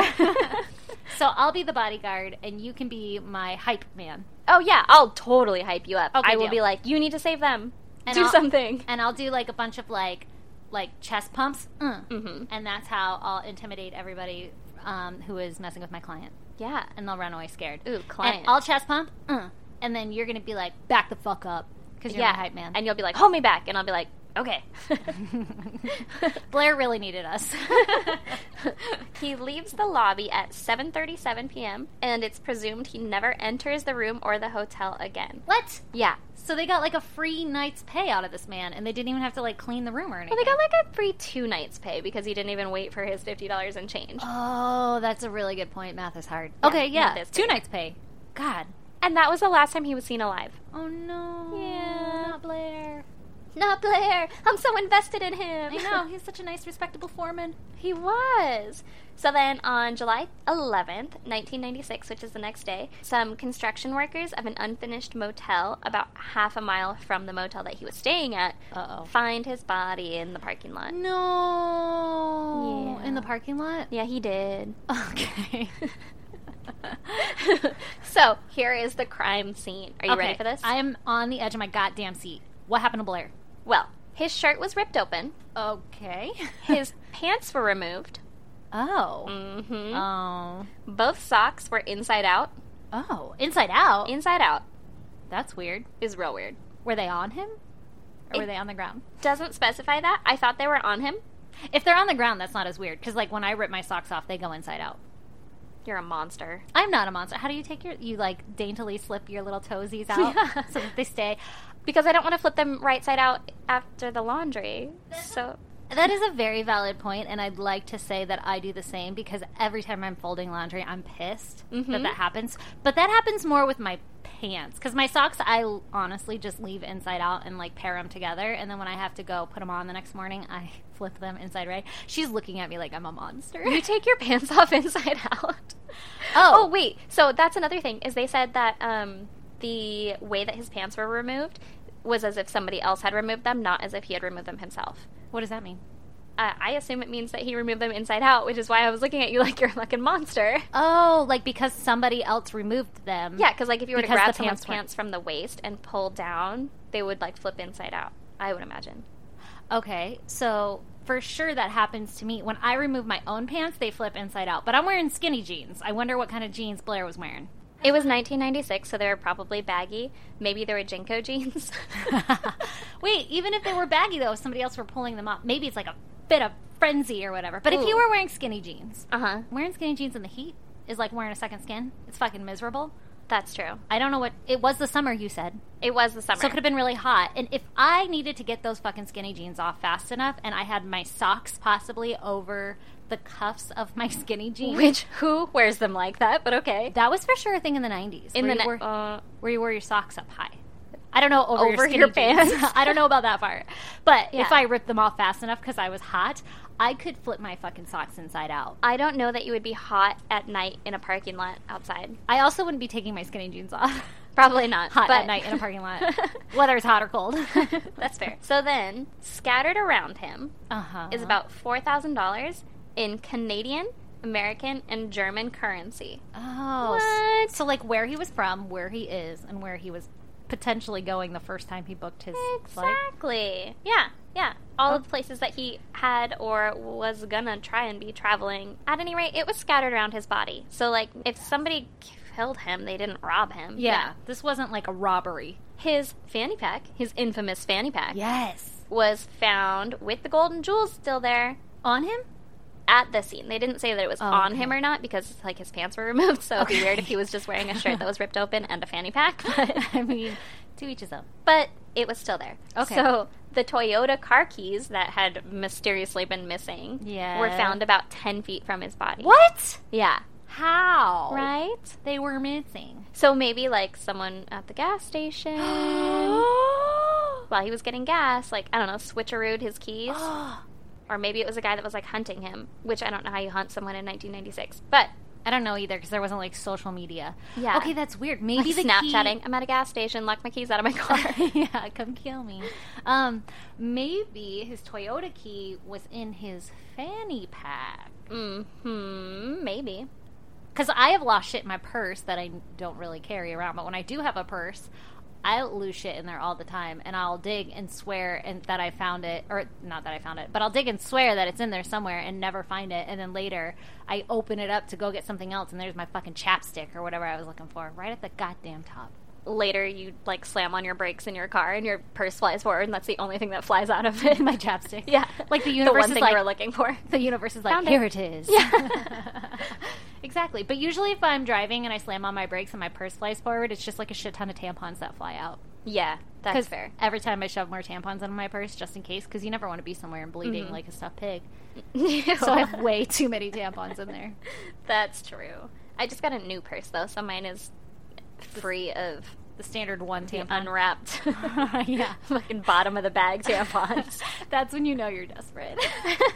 Speaker 1: so I'll be the bodyguard, and you can be my hype man.
Speaker 2: oh yeah, I'll totally hype you up.
Speaker 1: Okay,
Speaker 2: I will
Speaker 1: deal.
Speaker 2: be like, you need to save them.
Speaker 1: And
Speaker 2: Do
Speaker 1: I'll-
Speaker 2: something.
Speaker 1: and I'll do like a bunch of like like chest pumps, uh,
Speaker 2: hmm
Speaker 1: and that's how I'll intimidate everybody um, who is messing with my client,
Speaker 2: Yeah.
Speaker 1: and they'll run away scared.
Speaker 2: Ooh, client.
Speaker 1: And I'll chest pump, uh, and then you're gonna be like, back the fuck up, because you're
Speaker 2: yeah,
Speaker 1: my hype man.
Speaker 2: And you'll be like, hold me back, and I'll be like, okay.
Speaker 1: Blair really needed us.
Speaker 2: he leaves the lobby at 7:37 p.m. and it's presumed he never enters the room or the hotel again.
Speaker 1: what?
Speaker 2: Yeah.
Speaker 1: So they got like a free night's pay out of this man, and they didn't even have to like clean the room or anything.
Speaker 2: Well, they got like a free two nights pay because he didn't even wait for his fifty dollars in change.
Speaker 1: oh, that's a really good point. Math is hard.
Speaker 2: Yeah,
Speaker 1: okay, yeah,
Speaker 2: math is
Speaker 1: two
Speaker 2: great.
Speaker 1: nights pay. God.
Speaker 2: And that was the last time he was seen alive.
Speaker 1: Oh no.
Speaker 2: Yeah.
Speaker 1: Not Blair.
Speaker 2: Not Blair. I'm so invested in him.
Speaker 1: I know he's such a nice, respectable foreman.
Speaker 2: he was. So then on July 11th, 1996, which is the next day, some construction workers of an unfinished motel about half a mile from the motel that he was staying at
Speaker 1: Uh
Speaker 2: find his body in the parking lot.
Speaker 1: No.
Speaker 2: Yeah.
Speaker 1: In the parking lot.
Speaker 2: Yeah, he did.
Speaker 1: Okay.
Speaker 2: so here is the crime scene. Are you ready
Speaker 1: Okay,
Speaker 2: for this?
Speaker 1: I am on the edge of my goddamn seat. What happened to Blair?
Speaker 2: well, his shirt was ripped open.
Speaker 1: Okay.
Speaker 2: His pants were removed.
Speaker 1: oh.
Speaker 2: Mm-hmm.
Speaker 1: Oh.
Speaker 2: Both socks were inside out.
Speaker 1: Oh. Inside out.
Speaker 2: Inside out
Speaker 1: That's weird.
Speaker 2: is real weird.
Speaker 1: Were they on him? Or were
Speaker 2: It-
Speaker 1: they on the ground?
Speaker 2: Doesn't specify that. I thought they were on him.
Speaker 1: If they're on the ground, that's not as weird. Because, like, when I rip my socks off, they go inside out.
Speaker 2: You're a monster.
Speaker 1: I'm not a monster. How do you take your. You, like, daintily slip your little toesies out
Speaker 2: Yeah.
Speaker 1: so that they stay.
Speaker 2: Because I don't want to flip them right side out after the laundry. So
Speaker 1: That is a very valid point, and I'd like to say that I do the same because every time I'm folding laundry, I'm pissed that
Speaker 2: Mhm.
Speaker 1: that happens. But that happens more with my pants because my socks, I l- honestly just leave inside out and like pair them together. And then when I have to go put them on the next morning, I flip them inside right. She's looking at me like I'm a monster.
Speaker 2: you take your pants off inside out.
Speaker 1: Oh.
Speaker 2: wait. So that's another thing is they said that um, the way that his pants were removed was as if somebody else had removed them, not as if he had removed them himself.
Speaker 1: what does that mean?
Speaker 2: Uh, I assume it means that he removed them inside out, which is why I was looking at you like you're a fucking monster.
Speaker 1: Oh, like because somebody else removed them.
Speaker 2: Yeah, because like if you were
Speaker 1: Because
Speaker 2: to
Speaker 1: the
Speaker 2: grab someone's
Speaker 1: pants weren't-
Speaker 2: pants from the waist and pull down, they would like flip inside out. I would imagine.
Speaker 1: Okay, so for sure that happens to me. When I remove my own pants, they flip inside out. But I'm wearing skinny jeans. I wonder what kind of jeans Blair was wearing.
Speaker 2: It was 1996, so they were probably baggy. Maybe they were Jinko jeans.
Speaker 1: Wait, even if they were baggy though, if somebody else were pulling them up, maybe it's like a bit of frenzy or whatever. But if you
Speaker 2: Ooh.
Speaker 1: were wearing skinny jeans,
Speaker 2: uh huh.
Speaker 1: wearing skinny jeans in the heat is like wearing a second skin. It's fucking miserable.
Speaker 2: That's true.
Speaker 1: I don't know what it was the summer you said.
Speaker 2: It was the summer.
Speaker 1: So it could have been really hot. And if I needed to get those fucking skinny jeans off fast enough and I had my socks possibly over the cuffs of my skinny jeans,
Speaker 2: Which who wears them like that? But okay.
Speaker 1: That was for sure a thing in the nineties.
Speaker 2: In
Speaker 1: where
Speaker 2: the
Speaker 1: you
Speaker 2: ne-
Speaker 1: wore,
Speaker 2: uh,
Speaker 1: where you wore your socks up high. I don't know over,
Speaker 2: Over
Speaker 1: your,
Speaker 2: your
Speaker 1: skinny jeans.
Speaker 2: pants.
Speaker 1: I don't know about that part, but
Speaker 2: Yeah.
Speaker 1: if I ripped them off fast enough because I was hot, I could flip my fucking socks inside out.
Speaker 2: I don't know that you would be hot at night in a parking lot outside.
Speaker 1: I also wouldn't be taking my skinny jeans off.
Speaker 2: Probably not.
Speaker 1: hot
Speaker 2: but-
Speaker 1: at night in a parking lot, whether it's hot or cold.
Speaker 2: That's fair. So then, scattered around him
Speaker 1: Uh-huh.
Speaker 2: is about four thousand dollars in Canadian, American, and German currency.
Speaker 1: oh,
Speaker 2: What?
Speaker 1: so like where he was from, where he is, and where he was potentially going the first time he booked his flight.
Speaker 2: Exactly. Yeah, yeah. All of
Speaker 1: Oh.
Speaker 2: the places that he had or was gonna try and be traveling. At any rate, it was scattered around his body. So like, if somebody killed him, they didn't rob him.
Speaker 1: yeah, this wasn't like a robbery.
Speaker 2: His fanny pack, his infamous fanny pack,
Speaker 1: Yes.
Speaker 2: was found with the golden jewels still there
Speaker 1: On him?
Speaker 2: at the scene. They didn't say that it was
Speaker 1: Oh,
Speaker 2: on
Speaker 1: okay.
Speaker 2: him or not because like his pants were removed, so it'd be
Speaker 1: Okay.
Speaker 2: weird if he was just wearing a shirt that was ripped open and a fanny pack. But
Speaker 1: I mean, to each his own.
Speaker 2: but it was still there.
Speaker 1: Okay.
Speaker 2: So the Toyota car keys that had mysteriously been missing
Speaker 1: Yeah.
Speaker 2: were found about ten feet from his body.
Speaker 1: What? Oh.
Speaker 2: Yeah.
Speaker 1: How?
Speaker 2: Right?
Speaker 1: They were missing.
Speaker 2: So maybe like someone at the gas station while he was getting gas, like I don't know, switcherooed his keys.
Speaker 1: Oh,
Speaker 2: or maybe it was a guy that was like hunting him, which I don't know how you hunt someone in nineteen ninety six. But
Speaker 1: I don't know either because there wasn't like social media.
Speaker 2: Yeah.
Speaker 1: Okay, that's weird.
Speaker 2: like
Speaker 1: Maybe the
Speaker 2: Snapchatting.
Speaker 1: key-
Speaker 2: I'm at a gas station. Lock my keys out of my car.
Speaker 1: yeah, come kill me. Um, maybe his Toyota key was in his fanny pack.
Speaker 2: hmm. Maybe.
Speaker 1: Because I have lost shit in my purse that I don't really carry around, but when I do have a purse, I lose shit in there all the time, and I'll dig and swear and that I found it, or not that I found it, but I'll dig and swear that it's in there somewhere and never find it, and then later I open it up to go get something else, and there's my fucking chapstick or whatever I was looking for, right at the goddamn top.
Speaker 2: Later, you like slam on your brakes in your car, and your purse flies forward, and that's the only thing that flies out of it.
Speaker 1: My chapstick.
Speaker 2: yeah,
Speaker 1: Like the
Speaker 2: the
Speaker 1: universe
Speaker 2: one
Speaker 1: is
Speaker 2: thing
Speaker 1: like,
Speaker 2: you were looking for.
Speaker 1: the universe is like,
Speaker 2: Found it.
Speaker 1: here it is.
Speaker 2: Yeah.
Speaker 1: exactly. But usually, if I'm driving and I slam on my brakes and my purse flies forward, it's just like a shit ton of tampons that fly out.
Speaker 2: Yeah, that's
Speaker 1: Because
Speaker 2: fair.
Speaker 1: Every time I shove more tampons in my purse, just in case, because you never want to be somewhere and bleeding
Speaker 2: Mhm.
Speaker 1: like a stuffed pig. So I have way too many tampons in there.
Speaker 2: That's true. I just got a new purse though, so mine is free of
Speaker 1: The standard one
Speaker 2: the
Speaker 1: tampon.
Speaker 2: unwrapped,
Speaker 1: Yeah.
Speaker 2: fucking bottom of the bag tampons.
Speaker 1: That's when you know you're desperate.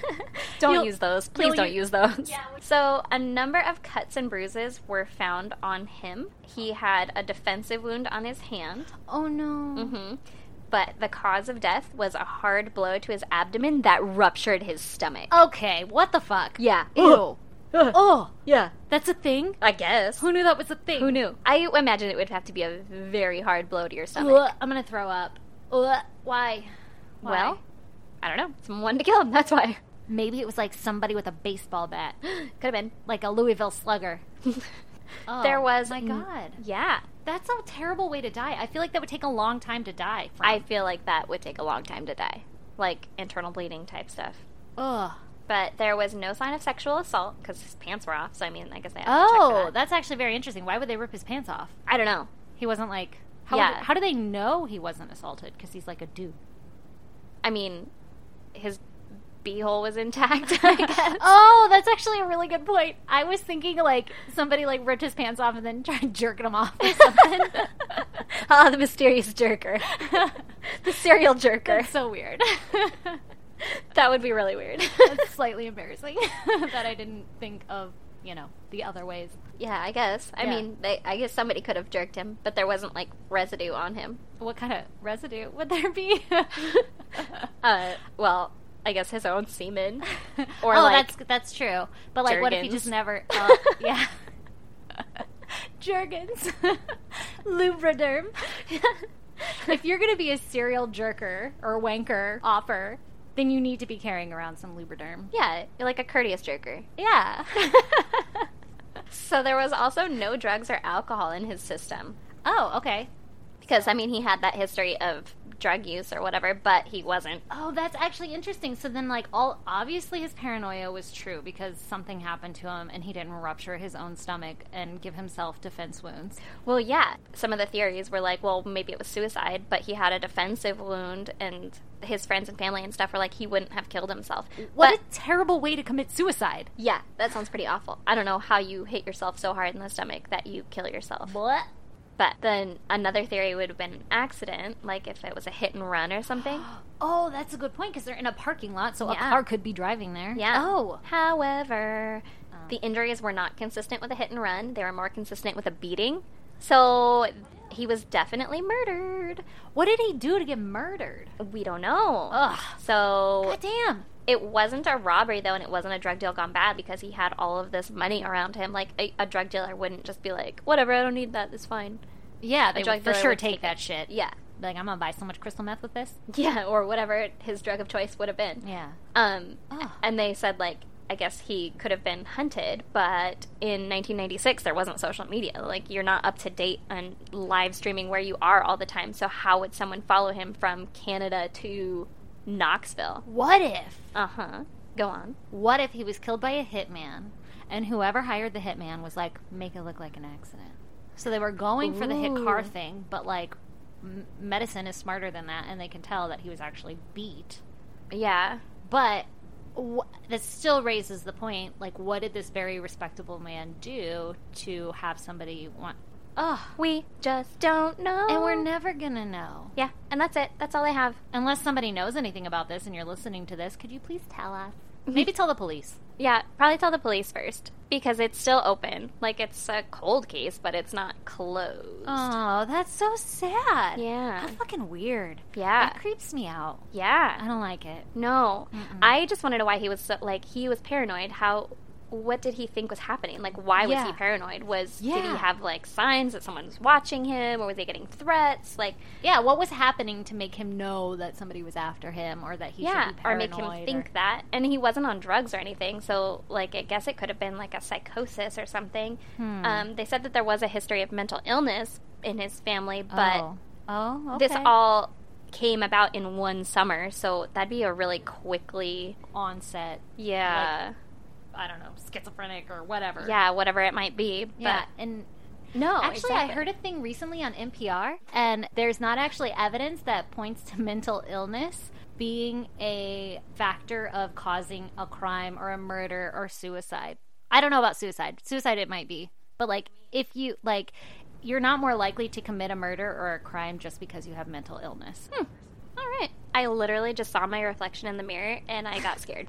Speaker 2: don't
Speaker 1: You'll-
Speaker 2: use those.
Speaker 1: you'll
Speaker 2: Please don't
Speaker 1: use-
Speaker 2: use those.
Speaker 1: Yeah.
Speaker 2: So, a number of cuts and bruises were found on him. He had a defensive wound on his hand.
Speaker 1: oh no.
Speaker 2: hmm But the cause of death was a hard blow to his abdomen that ruptured his stomach.
Speaker 1: Okay, what the fuck?
Speaker 2: Yeah.
Speaker 1: Oh, Ew.
Speaker 2: Oh,
Speaker 1: Oh,
Speaker 2: yeah.
Speaker 1: that's a thing?
Speaker 2: I guess.
Speaker 1: Who knew that was a thing?
Speaker 2: Who knew? I imagine it would have to be a very hard blow to your stomach.
Speaker 1: Ugh, I'm gonna throw up. Ugh, why? Why?
Speaker 2: Well, I don't know. Someone to kill him. That's why.
Speaker 1: maybe it was like somebody with a baseball bat,
Speaker 2: Could have been.
Speaker 1: like a Louisville Slugger. Oh,
Speaker 2: there was.
Speaker 1: my god,
Speaker 2: Yeah.
Speaker 1: that's a terrible way to die. I feel like that would take a long time to die. From.
Speaker 2: I feel like that would take a long time to die, like internal bleeding type stuff.
Speaker 1: ugh.
Speaker 2: But there was no sign of sexual assault because his pants were off. So I mean, I guess they. Have to check
Speaker 1: Oh,
Speaker 2: for that.
Speaker 1: that's actually very interesting. Why would they rip his pants off?
Speaker 2: I don't know.
Speaker 1: He wasn't like. How,
Speaker 2: Yeah.
Speaker 1: would- how do they know he wasn't assaulted? Because he's like a dude.
Speaker 2: I mean, his beehole was intact. I guess.
Speaker 1: oh, that's actually a really good point. I was thinking like somebody like ripped his pants off and then tried jerking him off or something.
Speaker 2: Ah, the mysterious jerker, the serial jerker.
Speaker 1: that's so weird.
Speaker 2: that would be really weird.
Speaker 1: That's slightly embarrassing that I didn't think of, you know, the other ways.
Speaker 2: yeah, I guess. I
Speaker 1: Yeah.
Speaker 2: mean, they, I guess somebody could have jerked him, but there wasn't like residue on him.
Speaker 1: What kind of residue would there be?
Speaker 2: Uh, well, I guess his own semen.
Speaker 1: or
Speaker 2: or,
Speaker 1: oh,
Speaker 2: like,
Speaker 1: that's that's true. But like, what if you
Speaker 2: Jergens.
Speaker 1: just never? Oh, yeah, Jergens, Lubriderm. if you're gonna be a serial jerker or wanker offer, then you need to be carrying around some Lubriderm.
Speaker 2: Yeah, you're like a courteous jerker.
Speaker 1: Yeah.
Speaker 2: So there was also no drugs or alcohol in his system.
Speaker 1: oh, okay.
Speaker 2: Because, I mean, he had that history of drug use or whatever, but he wasn't.
Speaker 1: Oh, that's actually interesting. So then, like, all obviously his paranoia was true because something happened to him and he didn't rupture his own stomach and give himself defense wounds.
Speaker 2: Well, yeah. Some of the theories were like, well, maybe it was suicide, but he had a defensive wound, and his friends and family and stuff were like, he wouldn't have killed himself.
Speaker 1: What
Speaker 2: But-
Speaker 1: a terrible way to commit suicide!
Speaker 2: yeah, that sounds pretty awful. I don't know how you hit yourself so hard in the stomach that you kill yourself.
Speaker 1: What?
Speaker 2: But then another theory would have been an accident, like if it was a hit and run or something.
Speaker 1: Oh, that's a good point because they're in a parking lot, so a
Speaker 2: Yeah.
Speaker 1: car could be driving there.
Speaker 2: Yeah.
Speaker 1: Oh,
Speaker 2: However, the injuries were not consistent with a hit and run. They were more consistent with a beating. So he was definitely murdered.
Speaker 1: what did he do to get murdered?
Speaker 2: We don't know.
Speaker 1: Ugh.
Speaker 2: So
Speaker 1: God damn.
Speaker 2: it wasn't a robbery though, and it wasn't a drug deal gone bad because he had all of this money around him. Like a, a drug dealer wouldn't just be like, "Whatever, I don't need that. It's fine."
Speaker 1: Yeah,
Speaker 2: A
Speaker 1: they
Speaker 2: drug
Speaker 1: would for
Speaker 2: dealer
Speaker 1: sure
Speaker 2: would
Speaker 1: take,
Speaker 2: take
Speaker 1: that shit.
Speaker 2: Yeah,
Speaker 1: Be Like, I'm gonna buy so much crystal meth with this.
Speaker 2: yeah, or whatever his drug of choice would have been.
Speaker 1: Yeah.
Speaker 2: Um,
Speaker 1: Ugh.
Speaker 2: and they said like I guess he could have been hunted, but in 1996 there wasn't social media. Like you're not up to date on live streaming where you are all the time. So how would someone follow him from Canada to Knoxville.
Speaker 1: What if?
Speaker 2: Uh huh. Go on.
Speaker 1: What if he was killed by a hitman and whoever hired the hitman was like, make it look like an accident? So they were going for the hit car
Speaker 2: Ooh.
Speaker 1: thing, but like m- medicine is smarter than that and they can tell that he was actually beat.
Speaker 2: Yeah.
Speaker 1: But wh- that still raises the point like, what did this very respectable man do to have somebody want. Ugh.
Speaker 2: We just don't know.
Speaker 1: And we're never gonna know.
Speaker 2: Yeah, and that's it. That's all I have.
Speaker 1: Unless somebody knows anything about this and you're listening to this, could you please tell us? Maybe tell the police.
Speaker 2: Yeah, probably tell the police first because it's still open. Like it's a cold case, but it's not closed.
Speaker 1: Oh, that's so sad.
Speaker 2: Yeah.
Speaker 1: That's fucking weird.
Speaker 2: Yeah.
Speaker 1: That creeps me out.
Speaker 2: yeah.
Speaker 1: I don't like it.
Speaker 2: No,
Speaker 1: Mm-mm.
Speaker 2: I just want to know why he was so like he was paranoid. How, what did he think was happening? Like, why was
Speaker 1: Yeah.
Speaker 2: he paranoid? Was did he
Speaker 1: Yeah.
Speaker 2: have like signs that someone was watching him, or was he getting threats? Like,
Speaker 1: Yeah, what was happening to make him know that somebody was after him or that he
Speaker 2: yeah,
Speaker 1: should be
Speaker 2: or make
Speaker 1: paranoid?
Speaker 2: him think that. And he wasn't on drugs or anything, so like I guess it could have been like a psychosis or something.
Speaker 1: Hmm.
Speaker 2: Um, they said that there was a history of mental illness in his family, but
Speaker 1: Oh, oh
Speaker 2: this
Speaker 1: okay.
Speaker 2: all came about in one summer, so that'd be a really quickly,
Speaker 1: onset,
Speaker 2: yeah,
Speaker 1: I don't know, schizophrenic or whatever.
Speaker 2: yeah, whatever it might be.
Speaker 1: Yeah, and
Speaker 2: But no,
Speaker 1: actually,
Speaker 2: exactly.
Speaker 1: I heard a thing recently on NPR, and there's not actually evidence that points to mental illness being a factor of causing a crime or a murder or suicide. I don't know about suicide. Suicide, it might be. But, like, if you, like, you're not more likely to commit a murder or a crime just because you have mental illness.
Speaker 2: Hmm. All right, I literally just saw my reflection in the mirror and I got scared.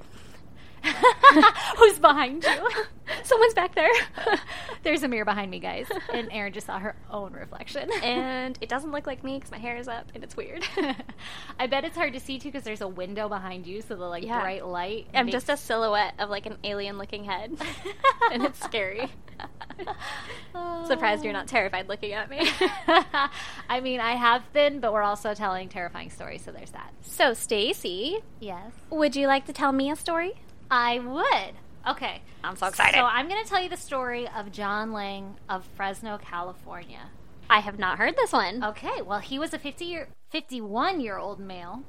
Speaker 1: Who's behind you?
Speaker 2: Someone's back there,
Speaker 1: There's a mirror behind me, guys. And Erin just saw her own reflection.
Speaker 2: and it doesn't look like me because my hair is up and it's weird.
Speaker 1: I bet it's hard to see too because there's a window behind you, so the like
Speaker 2: Yeah.
Speaker 1: bright light.
Speaker 2: I'm
Speaker 1: makes-
Speaker 2: just a silhouette of like an alien looking head, and it's scary. Surprised you're not terrified looking at me.
Speaker 1: I mean, I have been, but we're also telling terrifying stories, so there's that.
Speaker 2: so, Stacy,
Speaker 1: Yes,
Speaker 2: would you like to tell me a story?
Speaker 1: I would. Okay,
Speaker 2: I'm so excited.
Speaker 1: So I'm going to tell you the story of John Lang of Fresno, California.
Speaker 2: I have not heard this one.
Speaker 1: Okay, well, he was a 50 year, 51 year old male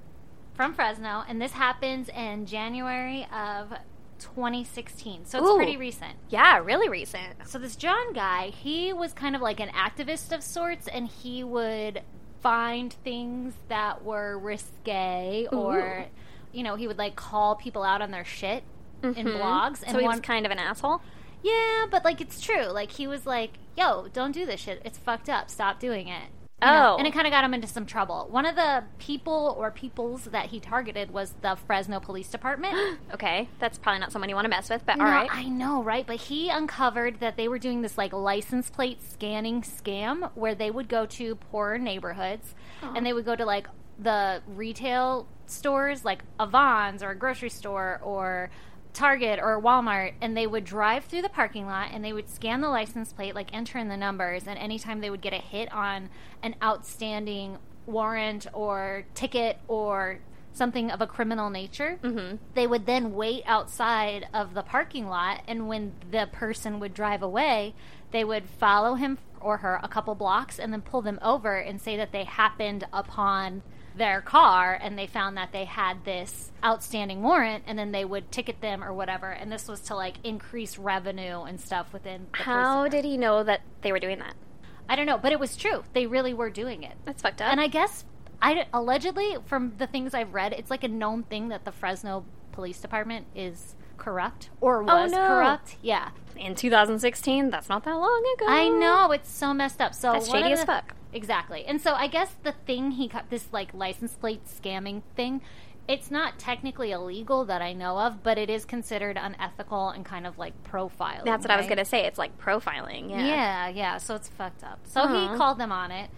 Speaker 1: from Fresno, and this happens in January of 2016, so it's
Speaker 2: Ooh.
Speaker 1: pretty recent.
Speaker 2: Yeah, really recent.
Speaker 1: So this John guy, he was kind of like an activist of sorts, and he would find things that were risque, or you know, he would like call people out on their shit in
Speaker 2: Mhm.
Speaker 1: blogs. And
Speaker 2: so he was
Speaker 1: one,
Speaker 2: kind of an asshole.
Speaker 1: yeah, but like it's true. Like he was like, "Yo, don't do this shit. It's fucked up. Stop doing it." You
Speaker 2: Oh.
Speaker 1: and it kind of got him into some trouble. One of the people or peoples that he targeted was the Fresno Police Department.
Speaker 2: Okay, that's probably not someone you want to mess with, but all
Speaker 1: No,
Speaker 2: right.
Speaker 1: I know, right? But he uncovered that they were doing this like license plate scanning scam where they would go to poorer neighborhoods and they would go to like the retail stores like Avon's or a grocery store or Target or Walmart and they would drive through the parking lot and they would scan the license plate, like enter in the numbers, and anytime they would get a hit on an outstanding warrant or ticket or something of a criminal nature,
Speaker 2: mm-hmm.
Speaker 1: they would then wait outside of the parking lot and when the person would drive away they would follow him or her a couple blocks and then pull them over and say that they happened upon their car and they found that they had this outstanding warrant and then they would ticket them or whatever and this was to like increase revenue and stuff within the
Speaker 2: How
Speaker 1: police
Speaker 2: did he know that they were doing that?
Speaker 1: department. I don't know but it was true they really were doing it
Speaker 2: That's fucked up.
Speaker 1: and I guess I allegedly from the things I've read, it's like a known thing that the Fresno Police Department is corrupt or was
Speaker 2: Oh, no.
Speaker 1: corrupt. Yeah,
Speaker 2: in 2016, that's not that long ago.
Speaker 1: I know it's so messed up. So
Speaker 2: That's
Speaker 1: one of
Speaker 2: shady as
Speaker 1: the-
Speaker 2: fuck.
Speaker 1: Exactly. And so I guess the thing he got this like license plate scamming thing. It's not technically illegal that I know of, but it is considered unethical and kind of like profiling.
Speaker 2: That's what I was
Speaker 1: right?
Speaker 2: gonna say. It's like profiling. Yeah. Uh-huh.
Speaker 1: Yeah, yeah. So it's fucked up. So
Speaker 2: Aw.
Speaker 1: he called them on it.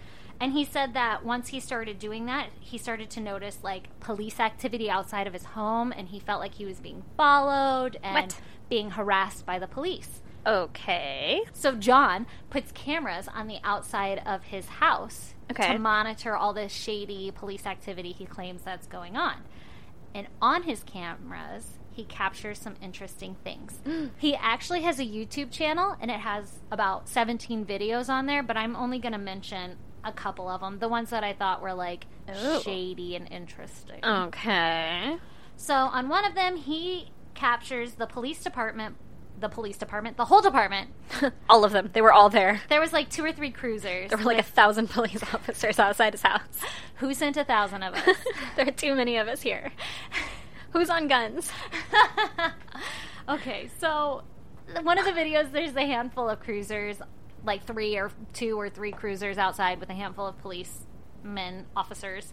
Speaker 1: And he said that once he started doing that, he started to notice like police activity outside of his home and he felt like he was being followed and
Speaker 2: What?
Speaker 1: being harassed by the police.
Speaker 2: Okay.
Speaker 1: So John puts cameras on the outside of his house
Speaker 2: Okay.
Speaker 1: to monitor all this shady police activity he claims that's going on. And on his cameras, he captures some interesting things. he actually has a YouTube channel and it has about 17 videos on there, but I'm only going to mention a couple of them. The ones that I thought were like
Speaker 2: Oh. Um.
Speaker 1: shady and interesting.
Speaker 2: Okay.
Speaker 1: So on one of them, he captures the police department, the police department, the whole department.
Speaker 2: all of them. They were all there.
Speaker 1: There was like two or three cruisers.
Speaker 2: There were like a thousand police officers outside his house.
Speaker 1: Who sent a thousand of us?
Speaker 2: there are too many of us here. Who's on guns?
Speaker 1: okay, so one of the videos, there's a handful of cruisers, like three or two or three cruisers outside with a handful of policemen, officers.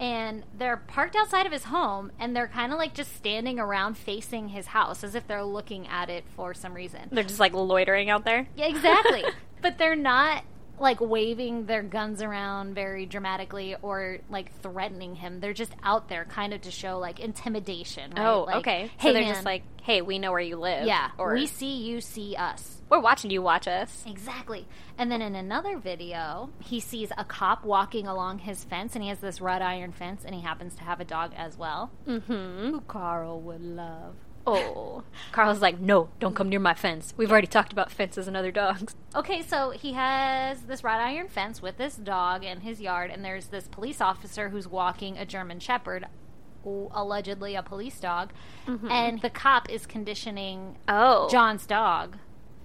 Speaker 1: And they're parked outside of his home, and they're kind of like just standing around facing his house as if they're looking at it for some reason.
Speaker 2: They're just like loitering out there.
Speaker 1: Yeah, exactly. but they're not like waving their guns around very dramatically or like threatening him. They're just out there kind of to show like intimidation. right?
Speaker 2: Oh,
Speaker 1: Like,
Speaker 2: okay.
Speaker 1: Hey,
Speaker 2: so they're
Speaker 1: man.
Speaker 2: just like, hey, we know where you live.
Speaker 1: yeah,
Speaker 2: Or
Speaker 1: we see you, see us.
Speaker 2: we're watching you watch us.
Speaker 1: Exactly. And then in another video, he sees a cop walking along his fence and he has this wrought iron fence and he happens to have a dog as well.
Speaker 2: Mm-hmm.
Speaker 1: Who Carl would love.
Speaker 2: Oh. Carl's like, no, don't come near my fence. We've already talked about fences and other dogs.
Speaker 1: Okay, so he has this wrought iron fence with this dog in his yard, and there's this police officer who's walking a German Shepherd, who- allegedly a police dog,
Speaker 2: Mm-hmm.
Speaker 1: and the cop is conditioning
Speaker 2: Oh.
Speaker 1: John's dog,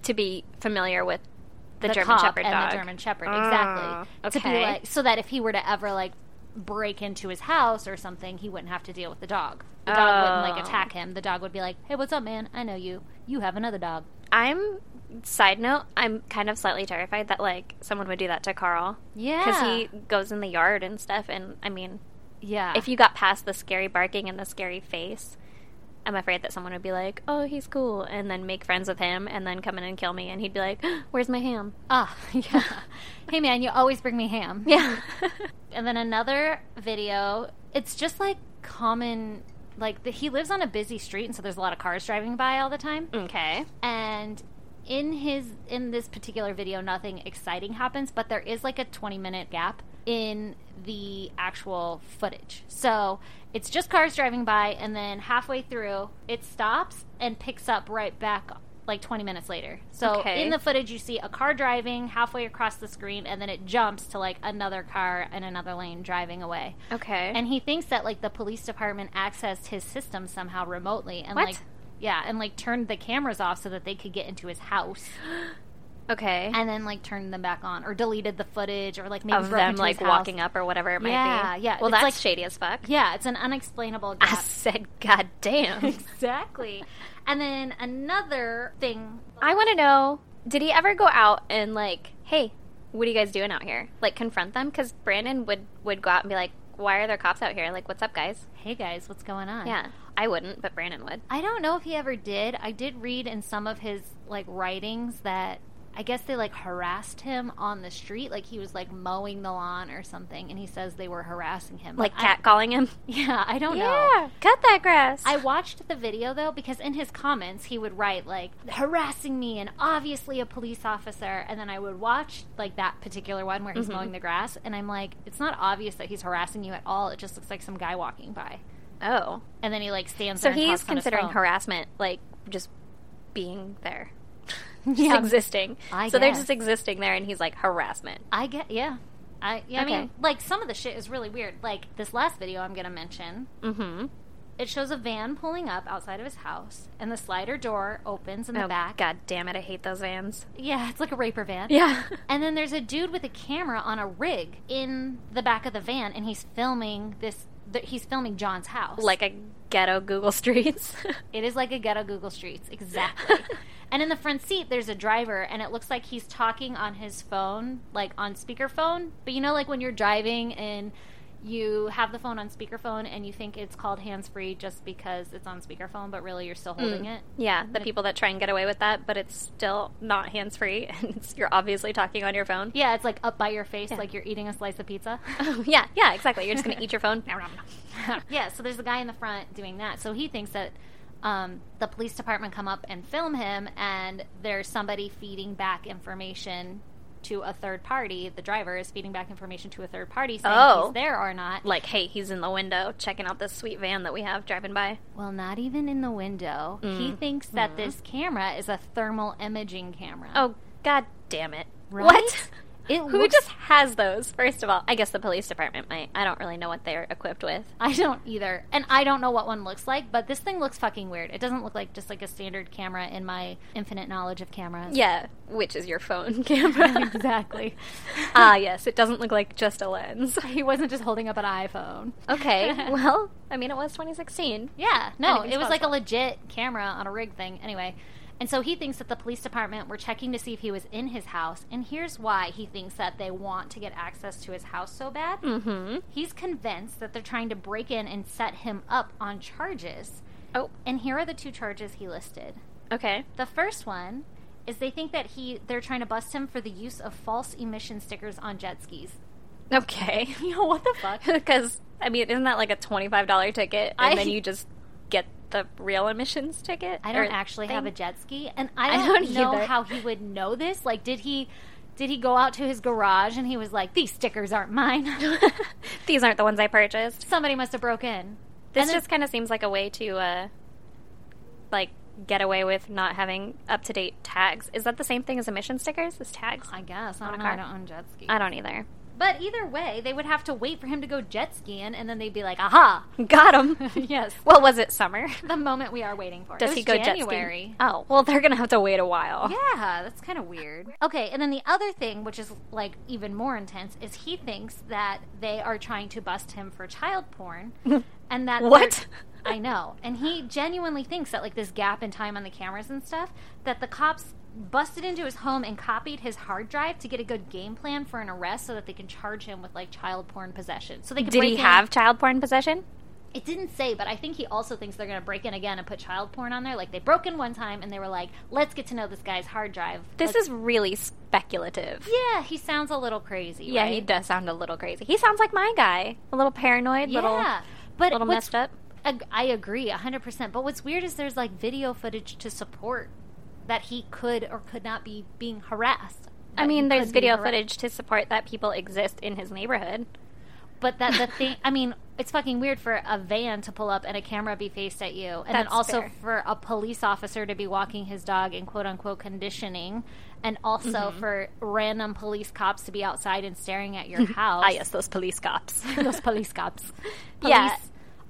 Speaker 2: to be familiar with the, German
Speaker 1: cop
Speaker 2: Shepherd
Speaker 1: and
Speaker 2: dog.
Speaker 1: the German Shepherd,
Speaker 2: Ah,
Speaker 1: exactly, to be
Speaker 2: okay.
Speaker 1: like so that if he were to ever like break into his house or something, he wouldn't have to deal with the dog. The dog wouldn't like
Speaker 2: Oh.
Speaker 1: attack him. The dog would be like, "Hey, what's up, man? I know you. You have another dog."
Speaker 2: I'm side note. I'm kind of slightly terrified that like someone would do that to Carl
Speaker 1: Yeah,
Speaker 2: because he goes in the yard and stuff. And I mean,
Speaker 1: yeah.
Speaker 2: if you got past the scary barking and the scary face, I'm afraid that someone would be like, "Oh, he's cool," and then make friends with him, and then come in and kill me. And he'd be like, "Where's my ham?"
Speaker 1: Ah, yeah. hey, man, you always bring me ham.
Speaker 2: Yeah.
Speaker 1: And then another video, it's just like common, like the, he lives on a busy street, and so there's a lot of cars driving by all the time.
Speaker 2: okay.
Speaker 1: And in his in this particular video, nothing exciting happens, but there is like a 20 minute gap in the actual footage. So it's just cars driving by, and then halfway through, it stops and picks up right back. Like 20 minutes later. So
Speaker 2: Okay.
Speaker 1: in the footage, you see a car driving halfway across the screen, and then it jumps to like another car in another lane driving away.
Speaker 2: Okay.
Speaker 1: And he thinks that like the police department accessed his system somehow remotely and
Speaker 2: What?
Speaker 1: like yeah, and like turned the cameras off so that they could get into his house
Speaker 2: okay.
Speaker 1: and then like turned them back on or deleted the footage or like maybe
Speaker 2: of
Speaker 1: broke
Speaker 2: them
Speaker 1: into
Speaker 2: like
Speaker 1: his house.
Speaker 2: walking up or whatever it might
Speaker 1: Yeah,
Speaker 2: be.
Speaker 1: yeah.
Speaker 2: Well,
Speaker 1: It's
Speaker 2: that's
Speaker 1: like-
Speaker 2: shady as fuck.
Speaker 1: Yeah, it's an unexplainable
Speaker 2: I
Speaker 1: gap.
Speaker 2: said, "God damn."
Speaker 1: exactly. And then another thing
Speaker 2: I want to know did he ever go out and like, hey, what are you guys doing out here? Like confront them because Brandon would would go out and be like, why are there cops out here? Like, what's up, guys?
Speaker 1: Hey guys, what's going on?
Speaker 2: Yeah, I wouldn't, but Brandon would.
Speaker 1: I don't know if he ever did. I did read in some of his like writings that I guess they like harassed him on the street, like he was like mowing the lawn or something, and he says they were harassing him.
Speaker 2: Like
Speaker 1: I-
Speaker 2: catcalling him.
Speaker 1: yeah, I don't know.
Speaker 2: yeah, cut that grass.
Speaker 1: I watched the video though because in his comments he would write like harassing me and obviously a police officer, and then I would watch like that particular one where he's
Speaker 2: Mm-hmm.
Speaker 1: mowing the grass, and I'm like, it's not obvious that he's harassing you at all. It just looks like some guy walking by,
Speaker 2: oh,
Speaker 1: and then he like stands.
Speaker 2: so
Speaker 1: there and
Speaker 2: he's
Speaker 1: talks on his
Speaker 2: considering
Speaker 1: phone.
Speaker 2: harassment like just being there. Just
Speaker 1: Yeah.
Speaker 2: existing.
Speaker 1: I
Speaker 2: so they're
Speaker 1: guess.
Speaker 2: just existing there, and he's like harassment.
Speaker 1: I get, yeah. I, yeah, I mean,
Speaker 2: Okay.
Speaker 1: like some of the shit is really weird. Like this last video I'm gonna mention,
Speaker 2: Mm-hmm.
Speaker 1: it shows a van pulling up outside of his house, and the slider door opens in the
Speaker 2: oh,
Speaker 1: back.
Speaker 2: God damn it! I hate those vans.
Speaker 1: Yeah, it's like a raper van.
Speaker 2: Yeah.
Speaker 1: And then there's a dude with a camera on a rig in the back of the van, and he's filming this. Th- he's filming John's house.
Speaker 2: like a ghetto Google streets.
Speaker 1: it is like a ghetto Google Streets, exactly. and in the front seat, there's a driver, and it looks like he's talking on his phone, like on speakerphone. But you know, like when you're driving and you have the phone on speakerphone, and you think it's called hands free just because it's on speakerphone, but really you're
Speaker 2: Mm.
Speaker 1: still holding it.
Speaker 2: Yeah, the people that try and get away with that, but it's still not hands free, and it's, you're obviously talking on your phone.
Speaker 1: Yeah, it's like up by your face,
Speaker 2: Yeah.
Speaker 1: like you're eating a slice of pizza.
Speaker 2: yeah, yeah, exactly. You're just gonna eat your phone. Nom, nom, nom.
Speaker 1: yeah, so there's a guy in the front doing that. So he thinks that um, the police department come up and film him, and there's somebody feeding back information to a third party. The driver is feeding back information to a third party saying
Speaker 2: Oh.
Speaker 1: he's there or not.
Speaker 2: Like, hey, he's in the window checking out this sweet van that we have driving by.
Speaker 1: Well, not even in the window. He
Speaker 2: Mm.
Speaker 1: thinks that this camera is a thermal imaging camera.
Speaker 2: Oh, god damn it!
Speaker 1: Right?
Speaker 2: What?
Speaker 1: It
Speaker 2: Who
Speaker 1: looks-
Speaker 2: just has those? First of all, I guess the police department might. I don't really know what they're equipped with.
Speaker 1: I don't either. And I don't know what one looks like, but this thing looks fucking weird. It doesn't look like just like a standard camera in my infinite knowledge of cameras.
Speaker 2: Yeah, which is your phone camera.
Speaker 1: exactly.
Speaker 2: Ah, yes, it doesn't look like just a lens.
Speaker 1: He wasn't just holding up an iPhone.
Speaker 2: Okay, well, I mean, it was 2016.
Speaker 1: Yeah, no,
Speaker 2: Anything's
Speaker 1: it was like a
Speaker 2: possible.
Speaker 1: legit camera on a rig thing. Anyway, and so he thinks that the police department were checking to see if he was in his house, and here's why he thinks that they want to get access to his house so bad.
Speaker 2: Mm-hmm.
Speaker 1: He's convinced that they're trying to break in and set him up on charges.
Speaker 2: Oh,
Speaker 1: And here are the two charges he listed.
Speaker 2: okay.
Speaker 1: The first one is they think that he they're trying to bust him for the use of false emission stickers on jet skis.
Speaker 2: Okay.
Speaker 1: You know what the fuck?
Speaker 2: Because, I mean, isn't that like a $25 ticket? And
Speaker 1: I-
Speaker 2: then you just get the real emissions ticket?
Speaker 1: I don't
Speaker 2: or
Speaker 1: actually have a
Speaker 2: thing?
Speaker 1: jet ski, and I
Speaker 2: I
Speaker 1: don't,
Speaker 2: don't
Speaker 1: know
Speaker 2: either.
Speaker 1: how he would know this. Like, did he did he go out to his garage and he was like, "These stickers aren't mine."
Speaker 2: These aren't the ones I purchased.
Speaker 1: Somebody must have broke in.
Speaker 2: This
Speaker 1: And then-
Speaker 2: just kind of seems like a way to, uh, like, get away with not having up to date tags. Is that the same thing as emission stickers? Is tags?
Speaker 1: I guess I
Speaker 2: On
Speaker 1: don't
Speaker 2: a
Speaker 1: know. I
Speaker 2: car.
Speaker 1: don't own jet skis.
Speaker 2: I don't either.
Speaker 1: But either way, they would have to wait for him to go jet skiing, and then they'd be like, "Aha!"
Speaker 2: Got him.
Speaker 1: yes,
Speaker 2: What was it, summer?
Speaker 1: the moment we are waiting for. It
Speaker 2: Does
Speaker 1: was
Speaker 2: he go
Speaker 1: January?
Speaker 2: jet skiing? Oh, well, they're gonna have to wait a while.
Speaker 1: Oh. Yeah, that's kind of weird. Okay, and then the other thing, which is like even more intense, is he thinks that they are trying to bust him for child porn, and that
Speaker 2: What?
Speaker 1: they're- I know, and he genuinely thinks that like this gap in time on the cameras and stuff that the cops busted into his home and copied his hard drive to get a good game plan for an arrest so that they can charge him with like child porn possession. So they could
Speaker 2: Did
Speaker 1: break
Speaker 2: he
Speaker 1: in-
Speaker 2: have child porn possession?
Speaker 1: it didn't say, but I think he also thinks they're going to break in again and put child porn on there. Like they broke in one time and they were like, "Let's get to know this guy's hard drive."
Speaker 2: This
Speaker 1: Let's-
Speaker 2: is really speculative.
Speaker 1: Yeah, he sounds a little crazy.
Speaker 2: Yeah,
Speaker 1: right?
Speaker 2: he does sound a little crazy. He sounds like my guy, a little paranoid,
Speaker 1: Yeah,
Speaker 2: little,
Speaker 1: but
Speaker 2: little
Speaker 1: what's-
Speaker 2: messed up.
Speaker 1: ag- I agree, hundred percent. But what's weird is there's like video footage to support that he could or could not be being harassed. That
Speaker 2: I
Speaker 1: he
Speaker 2: mean, there's
Speaker 1: could be
Speaker 2: video
Speaker 1: harassed.
Speaker 2: footage to support that people exist in his neighborhood.
Speaker 1: but that the thing. I mean, it's fucking weird for a van to pull up and a camera be faced at you, and then
Speaker 2: That's
Speaker 1: also
Speaker 2: fair.
Speaker 1: for a police officer to be walking his dog in quote unquote conditioning, and also
Speaker 2: Mm-hmm.
Speaker 1: for random police cops to be outside and staring at your house.
Speaker 2: Ah, yes, those police cops.
Speaker 1: those police cops, police
Speaker 2: Yeah.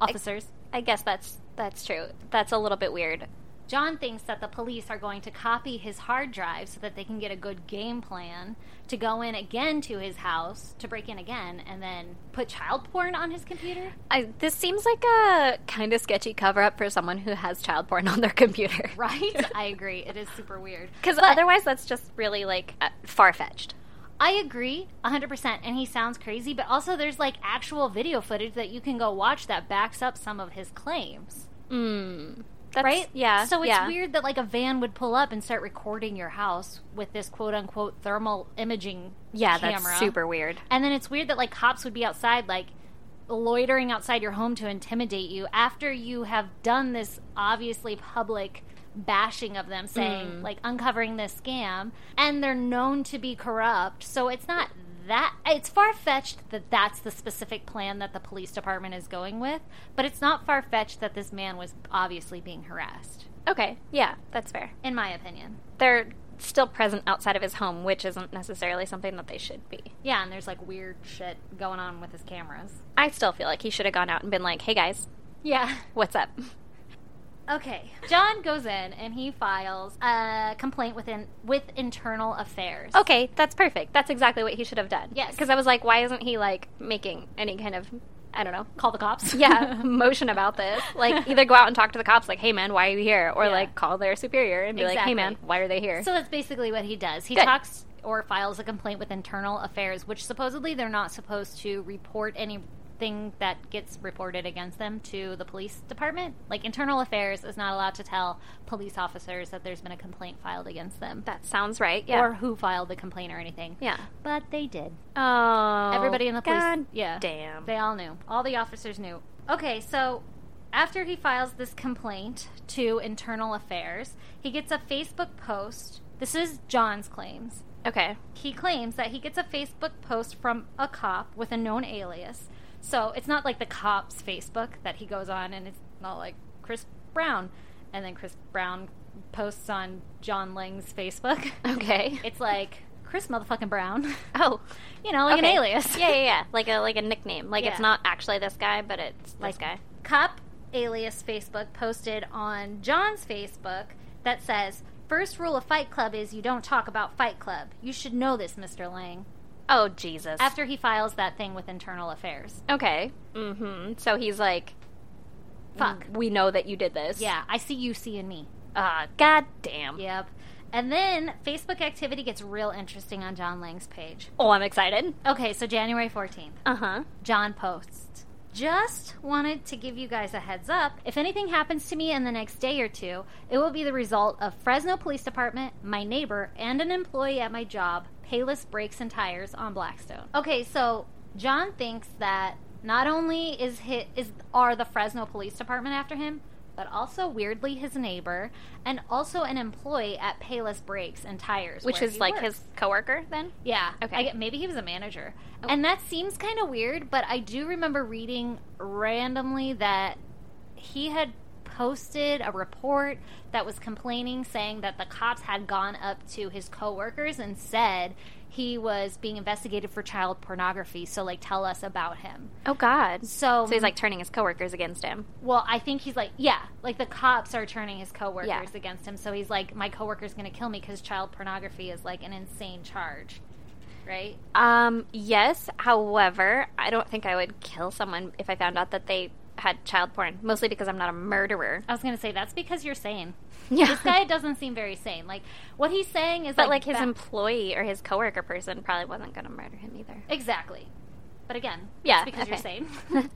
Speaker 1: officers.
Speaker 2: I guess that's that's true. That's a little bit weird.
Speaker 1: John thinks that the police are going to copy his hard drive so that they can get a good game plan to go in again to his house to break in again and then put child porn on his computer.
Speaker 2: I, this seems like a kind of sketchy cover up for someone who has child porn on their computer.
Speaker 1: Right? I agree. It is super weird.
Speaker 2: Because
Speaker 1: But-
Speaker 2: otherwise, that's just really like uh, far fetched.
Speaker 1: I agree 100%. And he sounds crazy, but also there's like actual video footage that you can go watch that backs up some of his claims.
Speaker 2: Mm. That's,
Speaker 1: right?
Speaker 2: Yeah.
Speaker 1: So it's
Speaker 2: yeah.
Speaker 1: weird that like a van would pull up and start recording your house with this quote unquote thermal imaging
Speaker 2: Yeah,
Speaker 1: camera.
Speaker 2: that's super weird.
Speaker 1: And then it's weird that like cops would be outside like loitering outside your home to intimidate you after you have done this obviously public bashing of them saying like uncovering this scam and they're known to be corrupt. So it's not that it's far-fetched that that's the specific plan that the police department is going with, but it's not far-fetched that this man was obviously being harassed
Speaker 2: Okay. Yeah, that's fair.
Speaker 1: in my opinion.
Speaker 2: They're still present outside of his home, which isn't necessarily something that they should be.
Speaker 1: Yeah, and there's like weird shit going on with his cameras.
Speaker 2: I still feel like he should have gone out and been like, "Hey guys,
Speaker 1: Yeah.
Speaker 2: what's up?"
Speaker 1: Okay. John goes in and he files a complaint within with internal affairs.
Speaker 2: Okay, that's perfect. That's exactly what he should have done.
Speaker 1: Yes.
Speaker 2: Because I was like, why isn't he like making any kind of I don't know.
Speaker 1: Call the cops.
Speaker 2: Yeah, motion about this. Like, either go out and talk to the cops, like, hey man, why are you here? Or,
Speaker 1: Yeah.
Speaker 2: like, call their superior and be like,
Speaker 1: Exactly.
Speaker 2: hey man, why are they here?
Speaker 1: so that's basically what he does. He
Speaker 2: Good.
Speaker 1: talks or files a complaint with internal affairs, which supposedly they're not supposed to report anything that gets reported against them to the police department. Like internal affairs is not allowed to tell police officers that there's been a complaint filed against them.
Speaker 2: that sounds right. Yeah.
Speaker 1: Or who filed the complaint or anything.
Speaker 2: yeah.
Speaker 1: But they did.
Speaker 2: Oh.
Speaker 1: Everybody in the police.
Speaker 2: God
Speaker 1: yeah.
Speaker 2: Damn.
Speaker 1: They all knew. All the officers knew. Okay, so after he files this complaint to Internal Affairs, he gets a Facebook post. This is John's claims.
Speaker 2: okay.
Speaker 1: He claims that he gets a Facebook post from a cop with a known alias. So it's not like the cop's Facebook that he goes on, and it's not like Chris Brown. And then Chris Brown posts on John Lang's Facebook.
Speaker 2: Okay.
Speaker 1: It's like Chris motherfucking Brown.
Speaker 2: Oh,
Speaker 1: you know, like
Speaker 2: okay.
Speaker 1: an alias.
Speaker 2: yeah, yeah, yeah. Like a like a nickname. Like it's
Speaker 1: Yeah.
Speaker 2: not actually this guy, but it's this
Speaker 1: Like-
Speaker 2: guy.
Speaker 1: Cop alias Facebook posted on John's Facebook that says, First rule of Fight Club is you don't talk about Fight Club. You should know this, Mr. Lang.
Speaker 2: Oh Jesus.
Speaker 1: After he files that thing with internal affairs.
Speaker 2: okay. Mm-hmm. So he's like,
Speaker 1: Fuck.
Speaker 2: We know that you did this.
Speaker 1: Yeah, I see you seeing me.
Speaker 2: Ah, god damn.
Speaker 1: Yep. And then Facebook activity gets real interesting on John Lang's page.
Speaker 2: Oh, I'm excited.
Speaker 1: Okay, so January 14th.
Speaker 2: Uh huh.
Speaker 1: John posts. Just wanted to give you guys a heads up. If anything happens to me in the next day or two, it will be the result of Fresno Police Department, my neighbor, and an employee at my job, Payless Brakes and Tires on Blackstone. Okay, so John thinks that not only is his, is are the Fresno Police Department after him, but also weirdly his neighbor and also an employee at Payless Brakes and Tires,
Speaker 2: Which
Speaker 1: where
Speaker 2: is
Speaker 1: he
Speaker 2: like
Speaker 1: works.
Speaker 2: his coworker then.
Speaker 1: Yeah.
Speaker 2: Okay. Oh.
Speaker 1: I get, maybe he was a manager. And that seems kind of weird, but I do remember reading randomly that he had posted a report that was complaining saying that the cops had gone up to his coworkers and said he was being investigated for child pornography, so like tell us about him.
Speaker 2: Oh God.
Speaker 1: So,
Speaker 2: So mm. he's like turning his coworkers against him.
Speaker 1: well, I think he's like, yeah, like the cops are turning his coworkers
Speaker 2: Yeah.
Speaker 1: against him. So he's like, my coworker's going to kill me because child pornography is like an insane charge, right?
Speaker 2: Um, yes. However, I don't think I would kill someone if I found out that they had child porn. Mostly because I'm not a murderer.
Speaker 1: I was gonna say that's because you're sane.
Speaker 2: Yeah.
Speaker 1: This guy doesn't seem very sane. Like what he's saying is
Speaker 2: But like his
Speaker 1: ba-
Speaker 2: employee or his coworker person probably wasn't going to murder him either.
Speaker 1: exactly. But again,
Speaker 2: Yeah,
Speaker 1: it's because you're
Speaker 2: okay.
Speaker 1: sane.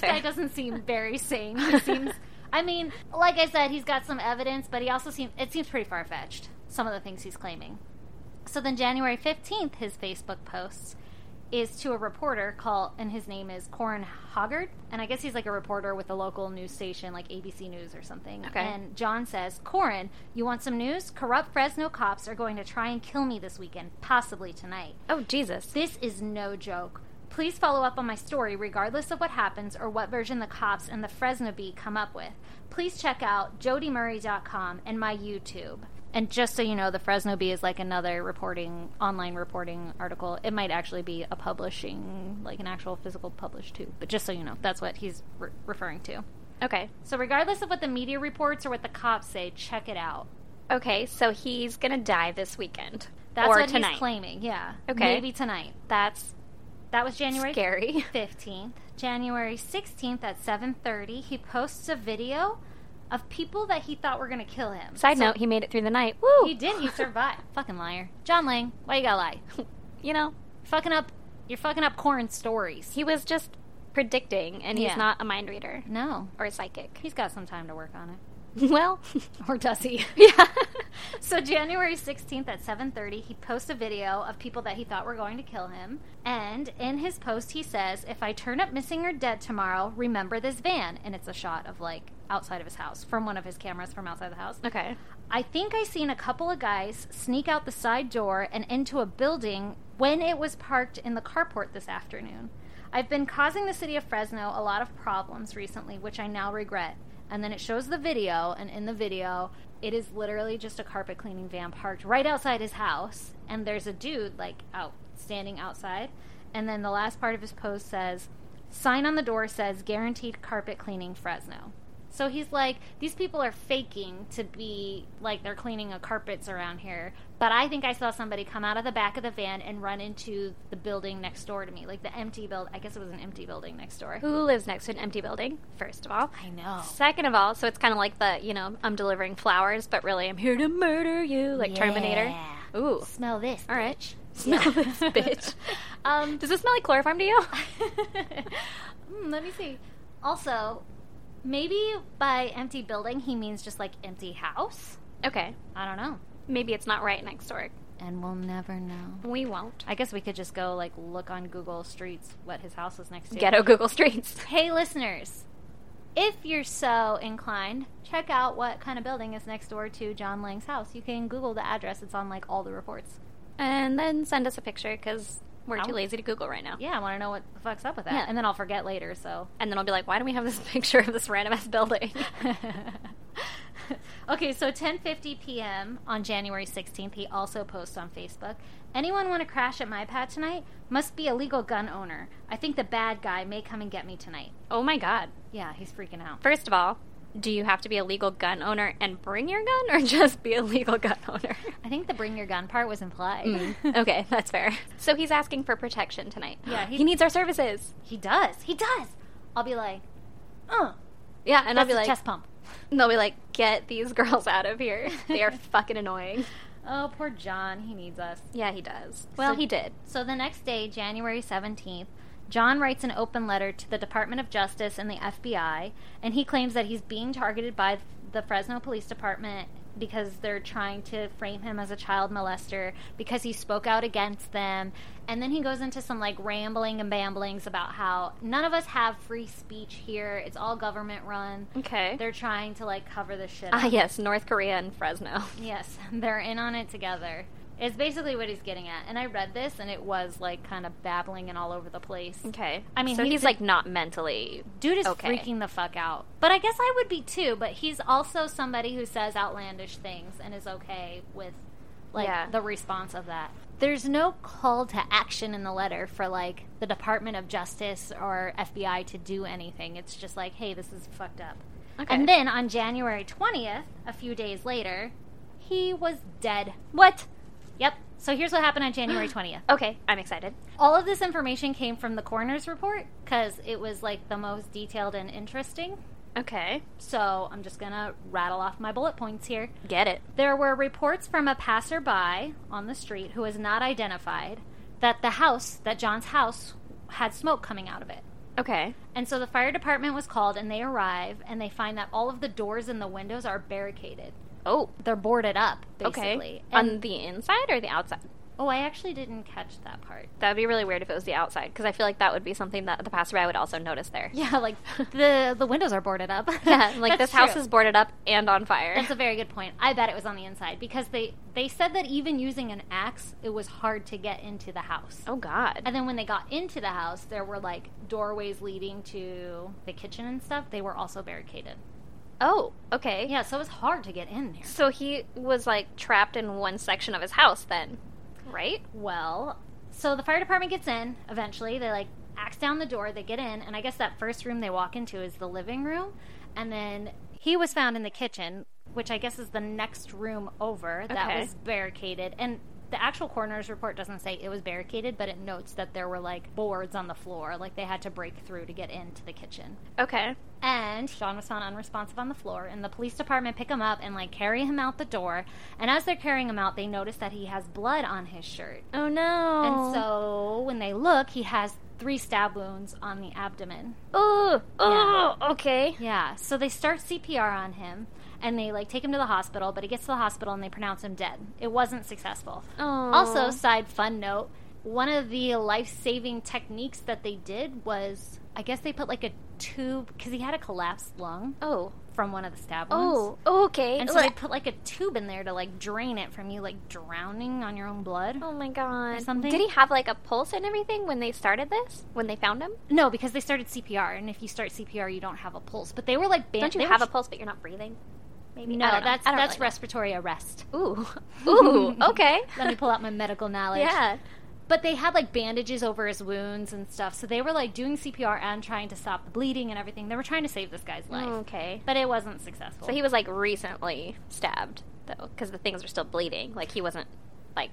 Speaker 1: this
Speaker 2: fair.
Speaker 1: guy doesn't seem very sane. He seems. I mean, like I said, he's got some evidence, but he also seems. It seems pretty far fetched. Some of the things he's claiming. So then, January fifteenth, his Facebook post is to a reporter called, and his name is Corin Hoggard, and I guess he's like a reporter with a local news station, like ABC News or something.
Speaker 2: Okay.
Speaker 1: And John says, "Corin, you want some news? Corrupt Fresno cops are going to try and kill me this weekend, possibly tonight.
Speaker 2: Oh Jesus.
Speaker 1: This is no joke. Please follow up on my story, regardless of what happens or what version the cops and the Fresno Bee come up with. Please check out jodymurray.com and my YouTube. And just so you know, the Fresno Bee is like another reporting, online reporting article. It might actually be a publishing, like an actual physical publish too. But just so you know, that's what he's re- referring to.
Speaker 2: Okay.
Speaker 1: So, regardless of what the media reports or what the cops say, check it out.
Speaker 2: Okay, so he's gonna die this weekend.
Speaker 1: That's
Speaker 2: or
Speaker 1: what
Speaker 2: tonight.
Speaker 1: he's claiming. Yeah.
Speaker 2: Okay.
Speaker 1: Maybe tonight.
Speaker 2: That's
Speaker 1: That was January
Speaker 2: scary.
Speaker 1: 15th, January 16th at 7:30, he posts a video of people that he thought were going to kill him.
Speaker 2: Side
Speaker 1: So-
Speaker 2: note, he made it through the night. Woo!
Speaker 1: He did. He survived. fucking liar. John Lang, why you got to lie?
Speaker 2: you know,
Speaker 1: fucking up you're fucking up corn stories.
Speaker 2: he was just predicting, and
Speaker 1: Yeah.
Speaker 2: he's not a mind reader
Speaker 1: no.
Speaker 2: or a psychic.
Speaker 1: He's got some time to work on it.
Speaker 2: well,
Speaker 1: Or does he?
Speaker 2: yeah.
Speaker 1: so January 16th at 7:30, he posts a video of people that he thought were going to kill him, and in his post he says, "If I turn up missing or dead tomorrow, remember this van." And it's a shot of like outside of his house from one of his cameras from outside the house.
Speaker 2: Okay.
Speaker 1: I think I seen a couple of guys sneak out the side door and into a building when it was parked in the carport this afternoon. I've been causing the city of Fresno a lot of problems recently, which I now regret. And then it shows the video, and in the video, it is literally just a carpet cleaning van parked right outside his house, and there's a dude like out standing outside. And then the last part of his post says, "Sign on the door says guaranteed carpet cleaning Fresno." So he's like, these people are faking to be like they're cleaning a carpets around here. But I think I saw somebody come out of the back of the van and run into the building next door to me, like the empty build. I guess it was an empty building next door.
Speaker 2: Who lives next to an empty building? First of all.
Speaker 1: I know.
Speaker 2: Second of all, so it's kind of like the you know I'm delivering flowers, but really I'm here to murder you, like Terminator.
Speaker 1: Yeah.
Speaker 2: Ooh,
Speaker 1: Smell this.
Speaker 2: all right.
Speaker 1: bitch.
Speaker 2: Smell
Speaker 1: Yeah.
Speaker 2: this, bitch.
Speaker 1: um,
Speaker 2: Does this smell like chloroform to you?
Speaker 1: Hmm, let me see. Also, maybe by empty building he means just like empty house.
Speaker 2: okay,
Speaker 1: I don't know.
Speaker 2: maybe it's not right next door.
Speaker 1: And we'll never know.
Speaker 2: We won't.
Speaker 1: I guess we could just go like look on Google Streets what his house was next to.
Speaker 2: Ghetto Google streets.
Speaker 1: Hey, listeners, if you're so inclined, check out what kind of building is next door to John Lang's house. You can Google the address; it's on like all the reports.
Speaker 2: And then send us a picture because we're
Speaker 1: I'll-
Speaker 2: too lazy to Google right now.
Speaker 1: Yeah, I want to know what the fuck's up with that,
Speaker 2: Yeah.
Speaker 1: and then I'll forget later. So,
Speaker 2: And then I'll be like, why do we have this picture of this random ass building?
Speaker 1: okay, so 10:50 p.m. on January 16th, he also posts on Facebook, "Anyone want to crash at my pad tonight? Must be a legal gun owner. I think the bad guy may come and get me tonight."
Speaker 2: Oh my god.
Speaker 1: Yeah, he's freaking out.
Speaker 2: First of all, do you have to be a legal gun owner and bring your gun or just be a legal gun owner? Hmm.
Speaker 1: I think the bring your gun part was implied.
Speaker 2: okay, that's fair. So he's asking for protection tonight.
Speaker 1: Yeah,
Speaker 2: he,
Speaker 1: he-
Speaker 2: needs our services.
Speaker 1: He does. He does. I'll be like, "Uh."
Speaker 2: Yeah, and
Speaker 1: And
Speaker 2: I'll be like,
Speaker 1: chest pump.
Speaker 2: and they'll be like, get these girls out of here. They are fucking annoying.
Speaker 1: Oh, poor John. He needs us.
Speaker 2: Yeah, he does.
Speaker 1: Well,
Speaker 2: Well, he did.
Speaker 1: So the next day, January 17th, John writes an open letter to the Department of Justice and the FBI, and he claims that he's being targeted by the Fresno Police Department because they're trying to frame him as a child molester because he spoke out against them. And then he goes into some like rambling and bamblings about how none of us have free speech here. It's all government run.
Speaker 2: Okay.
Speaker 1: They're trying to like cover the shit up.
Speaker 2: ah, yes, North Korea and Fresno.
Speaker 1: Yes, they're in on it together. It's basically what he's getting at. And I read this and it was like kind of babbling and all over the place.
Speaker 2: Okay.
Speaker 1: I mean,
Speaker 2: so he's,
Speaker 1: he's a-
Speaker 2: like not mentally.
Speaker 1: Dude is
Speaker 2: Okay.
Speaker 1: freaking the fuck out. But I guess I would be too, but he's also somebody who says outlandish things and is okay with like
Speaker 2: Yeah.
Speaker 1: the response of that. There's no call to action in the letter for like the Department of Justice or FBI to do anything. It's just like, "Hey, this is fucked up."
Speaker 2: Okay.
Speaker 1: And then on January 20th, a few days later, he was dead. What? Yep. So here's what happened on January 20th.
Speaker 2: Okay, I'm excited.
Speaker 1: All of this information came from the coroner's report because it was like the most detailed and interesting.
Speaker 2: Okay.
Speaker 1: So I'm just going to rattle off my bullet points here.
Speaker 2: Get it.
Speaker 1: There were reports from a passerby on the street who was not identified that the house, that John's house, had smoke coming out of it.
Speaker 2: Okay.
Speaker 1: And so the fire department was called and they arrive and they find that all of the doors and the windows are barricaded.
Speaker 2: Oh,
Speaker 1: They're boarded up, basically.
Speaker 2: okay.
Speaker 1: And,
Speaker 2: On the inside or the outside?
Speaker 1: oh, I actually didn't catch that part.
Speaker 2: That would be really weird if it was the outside because I feel like that would be something that the passerby would also notice there.
Speaker 1: Yeah, like the the windows are boarded up.
Speaker 2: Yeah, like
Speaker 1: That's
Speaker 2: this house
Speaker 1: true.
Speaker 2: is boarded up and on fire.
Speaker 1: That's a very good point. I bet it was on the inside because they they said that even using an axe, it was hard to get into the house.
Speaker 2: oh God.
Speaker 1: And then when they got into the house, there were like doorways leading to the kitchen and stuff. They were also barricaded.
Speaker 2: oh, okay.
Speaker 1: Yeah, so it was hard to get in there.
Speaker 2: So he was like trapped in one section of his house then, right?
Speaker 1: Well, so the fire department gets in eventually. They like axe down the door, they get in, and I guess that first room they walk into is the living room. And then he was found in the kitchen, which I guess is the next room over that
Speaker 2: Okay.
Speaker 1: was barricaded. And the actual coroner's report doesn't say it was barricaded, but it notes that there were like boards on the floor, like they had to break through to get into the kitchen.
Speaker 2: Okay.
Speaker 1: And Sean was found unresponsive on the floor, and the police department pick him up and like carry him out the door. And as they're carrying him out, they notice that he has blood on his shirt.
Speaker 2: Oh no.
Speaker 1: And so when they look, he has three stab wounds on the abdomen.
Speaker 2: Oh, oh, okay.
Speaker 1: Yeah. So they start CPR on him and they like take him to the hospital, but he gets to the hospital and they pronounce him dead. It wasn't successful.
Speaker 2: Oh.
Speaker 1: Also, side fun note, one of the life-saving techniques that they did was I guess they put like a tube cuz he had a collapsed lung
Speaker 2: oh,
Speaker 1: from one of the stab wounds.
Speaker 2: oh, okay.
Speaker 1: And so they put like a tube in there to like drain it from you like drowning on your own blood.
Speaker 2: oh my God.
Speaker 1: something.
Speaker 2: Did he have like a pulse and everything when they started this? When they found him?
Speaker 1: No, because they started CPR, and if you start CPR, you don't have a pulse. But they were like, ban-
Speaker 2: Don't you
Speaker 1: they
Speaker 2: have
Speaker 1: were-
Speaker 2: a pulse, but you're not breathing? Maybe.
Speaker 1: No,
Speaker 2: I don't know.
Speaker 1: that's
Speaker 2: I don't
Speaker 1: that's
Speaker 2: really
Speaker 1: respiratory arrest.
Speaker 2: know. Ooh, ooh. Okay.
Speaker 1: Let me pull out my medical knowledge.
Speaker 2: yeah.
Speaker 1: But they had like bandages over his wounds and stuff, so they were like doing CPR and trying to stop the bleeding and everything. They were trying to save this guy's life,
Speaker 2: Okay.
Speaker 1: but it wasn't successful.
Speaker 2: So he was like recently stabbed though, because the things were still bleeding. Like he wasn't like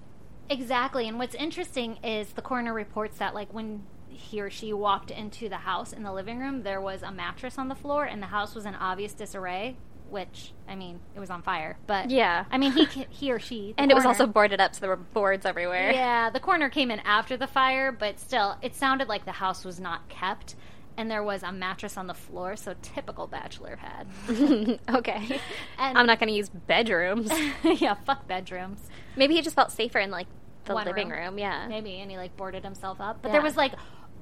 Speaker 1: Exactly. And what's interesting is the coroner reports that, like, when he or she walked into the house in the living room, there was a mattress on the floor, and the house was in obvious disarray. Which, I mean, it was on fire, but
Speaker 2: Yeah.
Speaker 1: I mean, he ca- he or she, the
Speaker 2: And it was
Speaker 1: coroner-
Speaker 2: also boarded up, so there were boards everywhere.
Speaker 1: yeah. The coroner came in after the fire, but still, it sounded like the house was not kept, and there was a mattress on the floor. So typical bachelor had.
Speaker 2: okay.
Speaker 1: And-
Speaker 2: I'm not going to use bedrooms.
Speaker 1: yeah, fuck bedrooms.
Speaker 2: Maybe he just felt safer in like the
Speaker 1: One
Speaker 2: living room.
Speaker 1: room.
Speaker 2: Yeah.
Speaker 1: maybe and he like boarded himself up but
Speaker 2: Yeah.
Speaker 1: there was like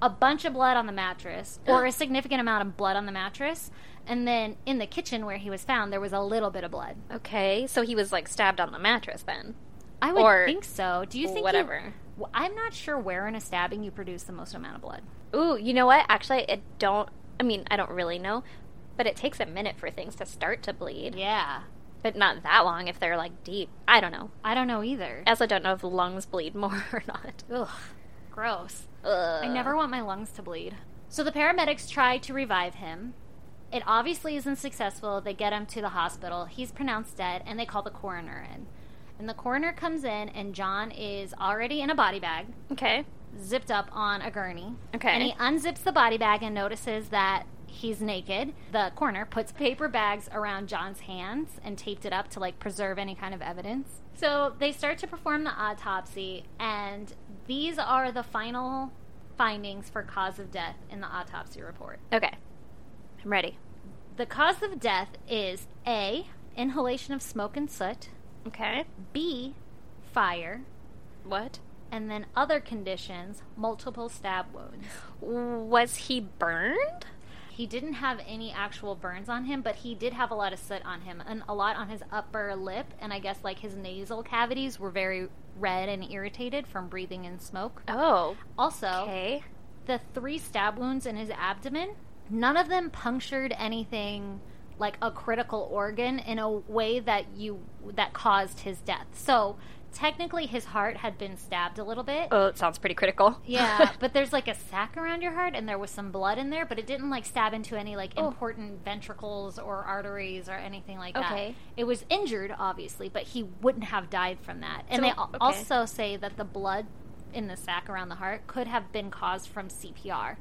Speaker 1: a bunch of blood on the mattress or a significant amount of blood on the mattress and then in the kitchen where he was found there was a little bit of blood
Speaker 2: Okay. So he was like stabbed on the mattress then.
Speaker 1: i would
Speaker 2: Or
Speaker 1: think so do you think you-
Speaker 2: whatever.
Speaker 1: W- i'm not sure where in a stabbing you produce the most amount of blood
Speaker 2: Ooh, you know what? Actually, it don't I mean, I don't really know, but it takes a minute for things to start to bleed.
Speaker 1: yeah
Speaker 2: but not that long if they're like deep. I don't know.
Speaker 1: I don't know either.
Speaker 2: I also don't know if lungs bleed more or not.
Speaker 1: Ugh, gross.
Speaker 2: Ugh.
Speaker 1: I never want my lungs to bleed. So the paramedics try to revive him. It obviously isn't successful. They get him to the hospital. He's pronounced dead, and they call the coroner in. And the coroner comes in, and John is already in a body bag,
Speaker 2: Okay.
Speaker 1: zipped up on a gurney.
Speaker 2: Okay.
Speaker 1: And he unzips the body bag and notices that he's naked. The coroner puts paper bags around John's hands and taped it up to like preserve any kind of evidence. So they start to perform the autopsy, and these are the final findings for cause of death in the autopsy report.
Speaker 2: Okay. I'm ready.
Speaker 1: The cause of death is A, inhalation of smoke and soot,
Speaker 2: Okay.
Speaker 1: B, fire,
Speaker 2: What?
Speaker 1: and then other conditions, multiple stab wounds.
Speaker 2: Was he burned?
Speaker 1: He didn't have any actual burns on him, but he did have a lot of soot on him and a lot on his upper lip. And I guess like his nasal cavities were very red and irritated from breathing in smoke.
Speaker 2: Oh.
Speaker 1: Also,
Speaker 2: Okay.
Speaker 1: the three stab wounds in his abdomen, none of them punctured anything like a critical organ in a way that you that caused his death. So technically, his heart had been stabbed a little bit.
Speaker 2: Oh, it sounds pretty critical.
Speaker 1: Yeah, but there's like a sac around your heart, and there was some blood in there, but it didn't like stab into any like
Speaker 2: Oh.
Speaker 1: important ventricles or arteries or anything like that.
Speaker 2: Okay.
Speaker 1: It was injured, obviously, but he wouldn't have died from that. And
Speaker 2: So-
Speaker 1: they al-
Speaker 2: okay.
Speaker 1: also say that the blood in the sac around the heart could have been caused from CPR.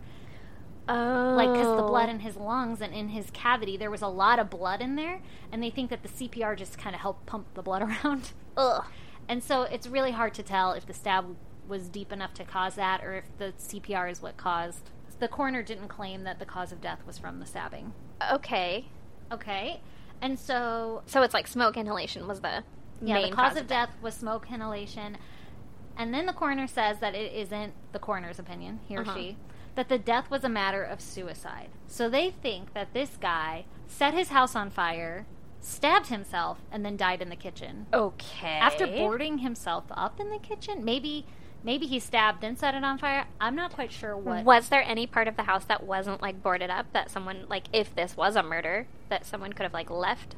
Speaker 2: oh.
Speaker 1: Like, because the blood in his lungs and in his cavity, there was a lot of blood in there, and they think that the CPR just kind of helped pump the blood around.
Speaker 2: Ugh.
Speaker 1: And so it's really hard to tell if the stab was deep enough to cause that or if the CPR is what caused. The coroner didn't claim that the cause of death was from the stabbing.
Speaker 2: Okay.
Speaker 1: Okay. And so,
Speaker 2: So it's like smoke inhalation was the
Speaker 1: yeah,
Speaker 2: main
Speaker 1: the cause, of death was smoke inhalation. And then the coroner says that it isn't the coroner's opinion, he or
Speaker 2: Uh-huh.
Speaker 1: she, that the death was a matter of suicide. So they think that this guy set his house on fire, stabbed himself, and then died in the kitchen.
Speaker 2: Okay.
Speaker 1: after boarding himself up in the kitchen maybe maybe he stabbed and set it on fire i'm not quite sure what
Speaker 2: Was there any part of the house that wasn't like boarded up that someone like if this was a murder that someone could have like left?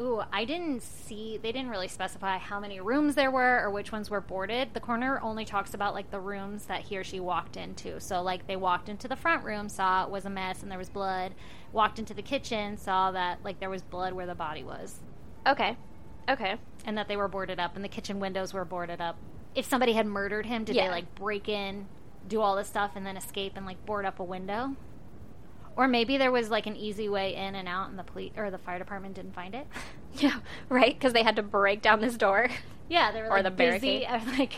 Speaker 1: ooh i didn't see they didn't really specify how many rooms there were or which ones were boarded the coroner only talks about like the rooms that he or she walked into so like they walked into the front room saw it was a mess and there was blood walked into the kitchen saw that like there was blood where the body was
Speaker 2: Okay. Okay.
Speaker 1: and that they were boarded up and the kitchen windows were boarded up. If somebody had murdered him, did
Speaker 2: Yeah.
Speaker 1: they like break in, do all this stuff, and then escape and like board up a window? Or maybe there was like an easy way in and out, and the police or the fire department didn't find it.
Speaker 2: Yeah, right? Because they had to break down this door.
Speaker 1: Yeah, they were like
Speaker 2: Or the
Speaker 1: busy.
Speaker 2: barricade.
Speaker 1: I was like,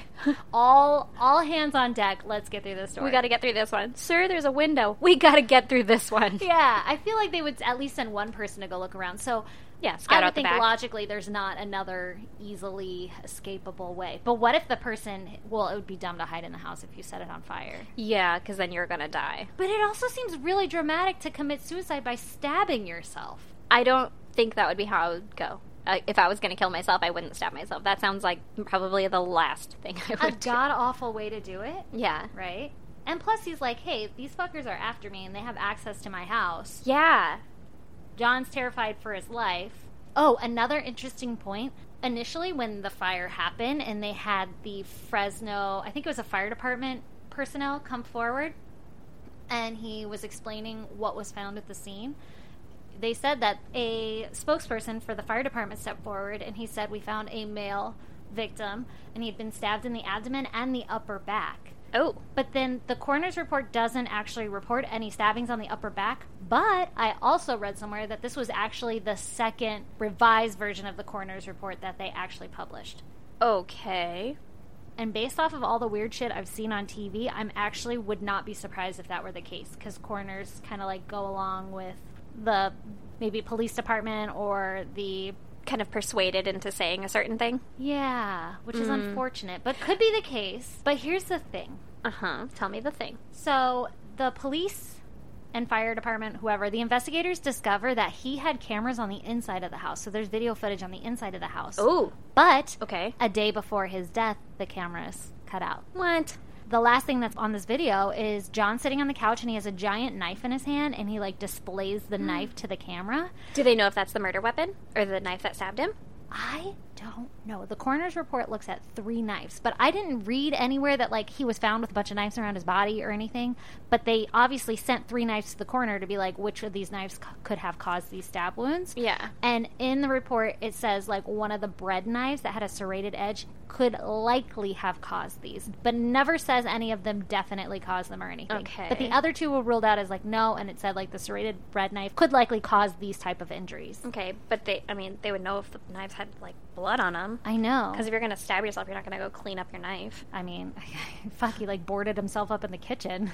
Speaker 1: all all hands on deck. Let's get through this door.
Speaker 2: We got to get through this one. Sir, there's a window. We got to get through this one.
Speaker 1: Yeah, I feel like they would at least send one person to go look around. So
Speaker 2: Yeah,
Speaker 1: I
Speaker 2: scout
Speaker 1: would
Speaker 2: out the
Speaker 1: think
Speaker 2: back.
Speaker 1: logically there's not another easily escapable way. But what if the person? Well, it would be dumb to hide in the house if you set it on fire.
Speaker 2: yeah, because then you're going to die.
Speaker 1: But it also seems really dramatic to commit suicide by stabbing yourself.
Speaker 2: I don't think that would be how I would go. Uh, if I was going to kill myself, I wouldn't stab myself. That sounds like probably the last thing I
Speaker 1: A
Speaker 2: would do.
Speaker 1: god awful way to do it,
Speaker 2: Yeah.
Speaker 1: right? And plus, he's like, hey, these fuckers are after me and they have access to my house.
Speaker 2: Yeah.
Speaker 1: John's terrified for his life. Oh, another interesting point. Initially, when the fire happened and they had the Fresno, I think it was a fire department personnel come forward and he was explaining what was found at the scene. They said that a spokesperson for the fire department stepped forward and he said, We found a male victim and he'd been stabbed in the abdomen and the upper back.
Speaker 2: Oh.
Speaker 1: But then the coroner's report doesn't actually report any stabbings on the upper back. But I also read somewhere that this was actually the second revised version of the coroner's report that they actually published.
Speaker 2: Okay.
Speaker 1: And based off of all the weird shit I've seen on TV, I'm actually would not be surprised if that were the case because coroners kind of like go along with the maybe police department or the
Speaker 2: Kind of persuaded into saying a certain thing.
Speaker 1: yeah, which is
Speaker 2: Mm.
Speaker 1: unfortunate, but could be the case. But here's the thing.
Speaker 2: Uh huh. Tell me the thing.
Speaker 1: So the police and fire department, whoever, the investigators discover that he had cameras on the inside of the house. So there's video footage on the inside of the house.
Speaker 2: Oh.
Speaker 1: But
Speaker 2: Okay.
Speaker 1: a day before his death, the cameras cut out.
Speaker 2: What?
Speaker 1: the last thing that's on this video is John sitting on the couch and he has a giant knife in his hand and he like displays
Speaker 2: Mm.
Speaker 1: the knife to the camera.
Speaker 2: Do they know if that's the murder weapon or the knife that stabbed him?
Speaker 1: I don't know. The coroner's report looks at three knives, but I didn't read anywhere that like he was found with a bunch of knives around his body or anything. But they obviously sent three knives to the coroner to be like, which of these knives c- could have caused these stab wounds?
Speaker 2: Yeah.
Speaker 1: And in the report, it says like one of the bread knives that had a serrated edge could likely have caused these, but never says any of them definitely caused them or anything.
Speaker 2: Okay.
Speaker 1: But the other two were ruled out as like no, and it said like the serrated bread knife could likely cause these type of injuries.
Speaker 2: Okay, but they, I mean, they would know if the knives had, like, blood on them.
Speaker 1: I know.
Speaker 2: Because if you're going to stab yourself, you're not going to go clean up your knife.
Speaker 1: I mean, fuck, he like boarded himself up in the kitchen.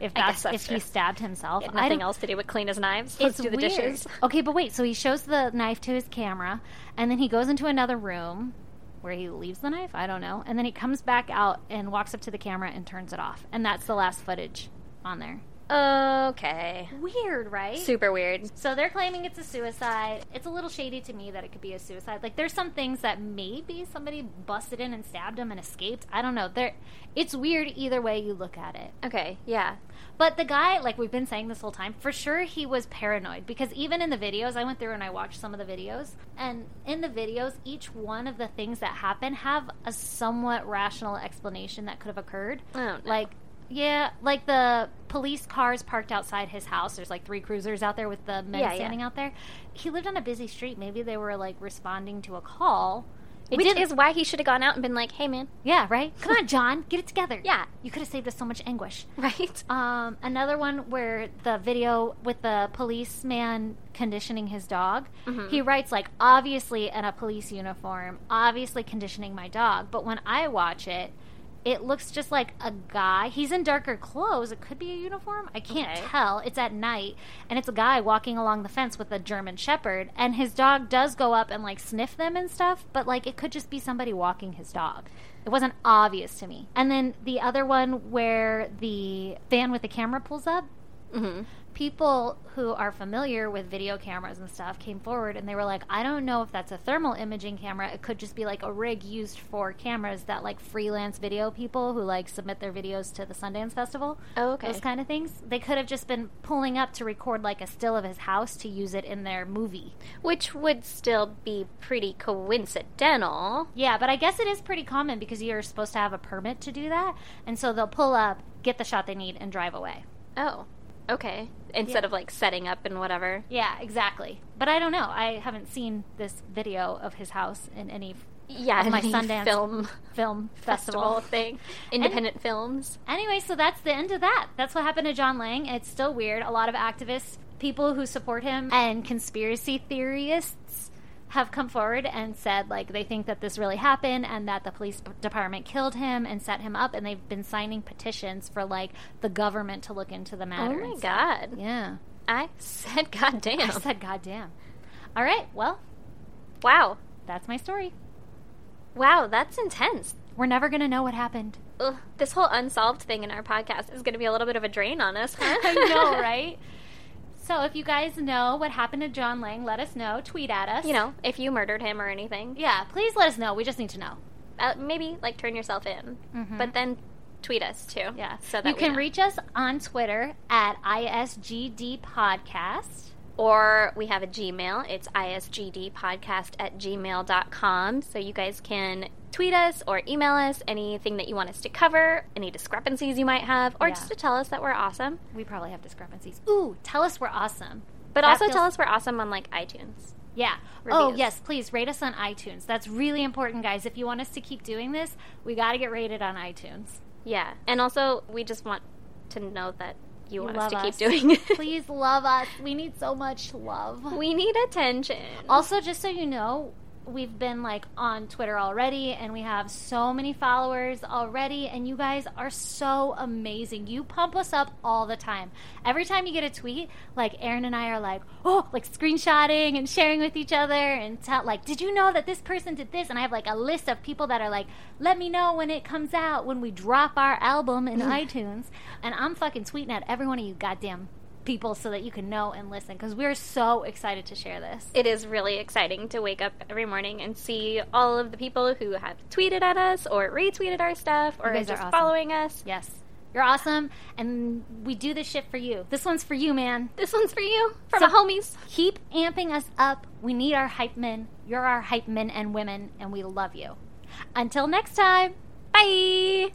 Speaker 1: if that's,
Speaker 2: I guess that's
Speaker 1: if
Speaker 2: true.
Speaker 1: he stabbed himself,
Speaker 2: He had
Speaker 1: I
Speaker 2: nothing
Speaker 1: don't-
Speaker 2: else to do but clean his knives.
Speaker 1: It's
Speaker 2: Let's do the
Speaker 1: weird.
Speaker 2: dishes.
Speaker 1: Okay, but wait. So he shows the knife to his camera, and then he goes into another room where he leaves the knife. I don't know. And then he comes back out and walks up to the camera and turns it off. And that's the last footage on there.
Speaker 2: Okay.
Speaker 1: Weird, right?
Speaker 2: Super weird.
Speaker 1: So they're claiming it's a suicide. It's a little shady to me that it could be a suicide. Like there's some things that maybe somebody busted in and stabbed him and escaped. I don't know. There it's weird either way you look at it.
Speaker 2: Okay, yeah.
Speaker 1: But the guy, like we've been saying this whole time, for sure he was paranoid because even in the videos, I went through and I watched some of the videos, and in the videos, each one of the things that happen have a somewhat rational explanation that could have occurred.
Speaker 2: Oh, no.
Speaker 1: Like, yeah, like the police cars parked outside his house. There's like three cruisers out there with the men
Speaker 2: Yeah, yeah.
Speaker 1: standing out there. He lived on a busy street. Maybe they were like responding to a call. It
Speaker 2: Which
Speaker 1: didn't-
Speaker 2: is why he should have gone out and been like, hey, man.
Speaker 1: yeah, right. Come on, John, get it together.
Speaker 2: Yeah.
Speaker 1: you could have saved us so much anguish.
Speaker 2: Right?
Speaker 1: Um, another one where the video with the policeman conditioning his dog,
Speaker 2: Mhm.
Speaker 1: he writes like obviously in a police uniform, obviously conditioning my dog. But when I watch it, it looks just like a guy. He's in darker clothes. It could be a uniform. I can't
Speaker 2: Okay.
Speaker 1: tell. It's at night, and it's a guy walking along the fence with a German Shepherd, and his dog does go up and like sniff them and stuff. But like it could just be somebody walking his dog. It wasn't obvious to me. And then the other one where the van with the camera pulls up,
Speaker 2: Mm-hmm.
Speaker 1: people who are familiar with video cameras and stuff came forward and they were like, I don't know if that's a thermal imaging camera. It could just be like a rig used for cameras that like freelance video people who like submit their videos to the Sundance Festival.
Speaker 2: Oh, okay.
Speaker 1: Those kind of things. They could have just been pulling up to record like a still of his house to use it in their movie.
Speaker 2: Which would still be pretty coincidental.
Speaker 1: Yeah, but I guess it is pretty common because you're supposed to have a permit to do that. And so they'll pull up, get the shot they need, and drive away.
Speaker 2: Oh, okay. Instead
Speaker 1: Yeah.
Speaker 2: of like setting up and whatever.
Speaker 1: Yeah, exactly. But I don't know. I haven't seen this video of his house in any
Speaker 2: Yeah,
Speaker 1: Of my
Speaker 2: any
Speaker 1: Sundance
Speaker 2: film
Speaker 1: film
Speaker 2: festival
Speaker 1: festival.
Speaker 2: thing. Independent films.
Speaker 1: Anyway, so that's the end of that. That's what happened to John Lang. It's still weird. A lot of activists, people who support him, and conspiracy theorists have come forward and said like they think that this really happened and that the police p- department killed him and set him up and they've been signing petitions for like the government to look into the
Speaker 2: Oh
Speaker 1: matter.
Speaker 2: my
Speaker 1: and stuff.
Speaker 2: god.
Speaker 1: Yeah.
Speaker 2: I said goddamn.
Speaker 1: I said goddamn. All right. Well,
Speaker 2: wow.
Speaker 1: that's my story.
Speaker 2: Wow, that's intense.
Speaker 1: We're never going to know what happened.
Speaker 2: Ugh, this whole unsolved thing in our podcast is going to be a little bit of a drain on us. huh?
Speaker 1: I know, right? So if you guys know what happened to John Lang, let us know. Tweet at us.
Speaker 2: You know, if you murdered him or anything,
Speaker 1: Yeah, please let us know. We just need to know.
Speaker 2: uh, maybe like turn yourself in,
Speaker 1: Mhm.
Speaker 2: but then tweet us too.
Speaker 1: Yeah.
Speaker 2: so that
Speaker 1: you
Speaker 2: we
Speaker 1: can
Speaker 2: know.
Speaker 1: reach us on Twitter at ISGD Podcast.
Speaker 2: Or we have a Gmail. It's isgdpodcast at gmail.com. So you guys can tweet us or email us anything that you want us to cover, any discrepancies you might have, or
Speaker 1: Yeah.
Speaker 2: just to tell us that we're awesome.
Speaker 1: We probably have discrepancies. Ooh, tell us we're awesome.
Speaker 2: But
Speaker 1: That
Speaker 2: also
Speaker 1: feels-
Speaker 2: tell us we're awesome on like iTunes.
Speaker 1: Yeah. Oh,
Speaker 2: Reviews.
Speaker 1: yes, please rate us on iTunes. That's really important, guys. If you want us to keep doing this, we got to get rated on iTunes.
Speaker 2: Yeah. And also, we just want to know that you, want us
Speaker 1: love
Speaker 2: to keep doing it.
Speaker 1: please love us. We need so much love.
Speaker 2: We need attention.
Speaker 1: Also, just so you know, we've been like on Twitter already and we have so many followers already and you guys are so amazing. You pump us up all the time. Every time you get a tweet, like Aaron and I are like, "Oh, like screenshotting and sharing with each other and tell like, "Did you know that this person did this?" and I have like a list of people that are like, "Let me know when it comes out when we drop our album in iTunes." And I'm fucking tweeting at every one of you goddamn people so that you can know and listen because we're so excited to share this.
Speaker 2: It is really exciting to wake up every morning and see all of the people who have tweeted at us or retweeted our stuff or
Speaker 1: You guys
Speaker 2: is
Speaker 1: are
Speaker 2: just
Speaker 1: awesome.
Speaker 2: following us.
Speaker 1: Yes. You're awesome, and we do this shit for you. This one's for you, man.
Speaker 2: This one's for you from
Speaker 1: So-
Speaker 2: the homies.
Speaker 1: Keep amping us up. We need our hype men. You're our hype men and women, and we love you. Until next time.
Speaker 2: Bye.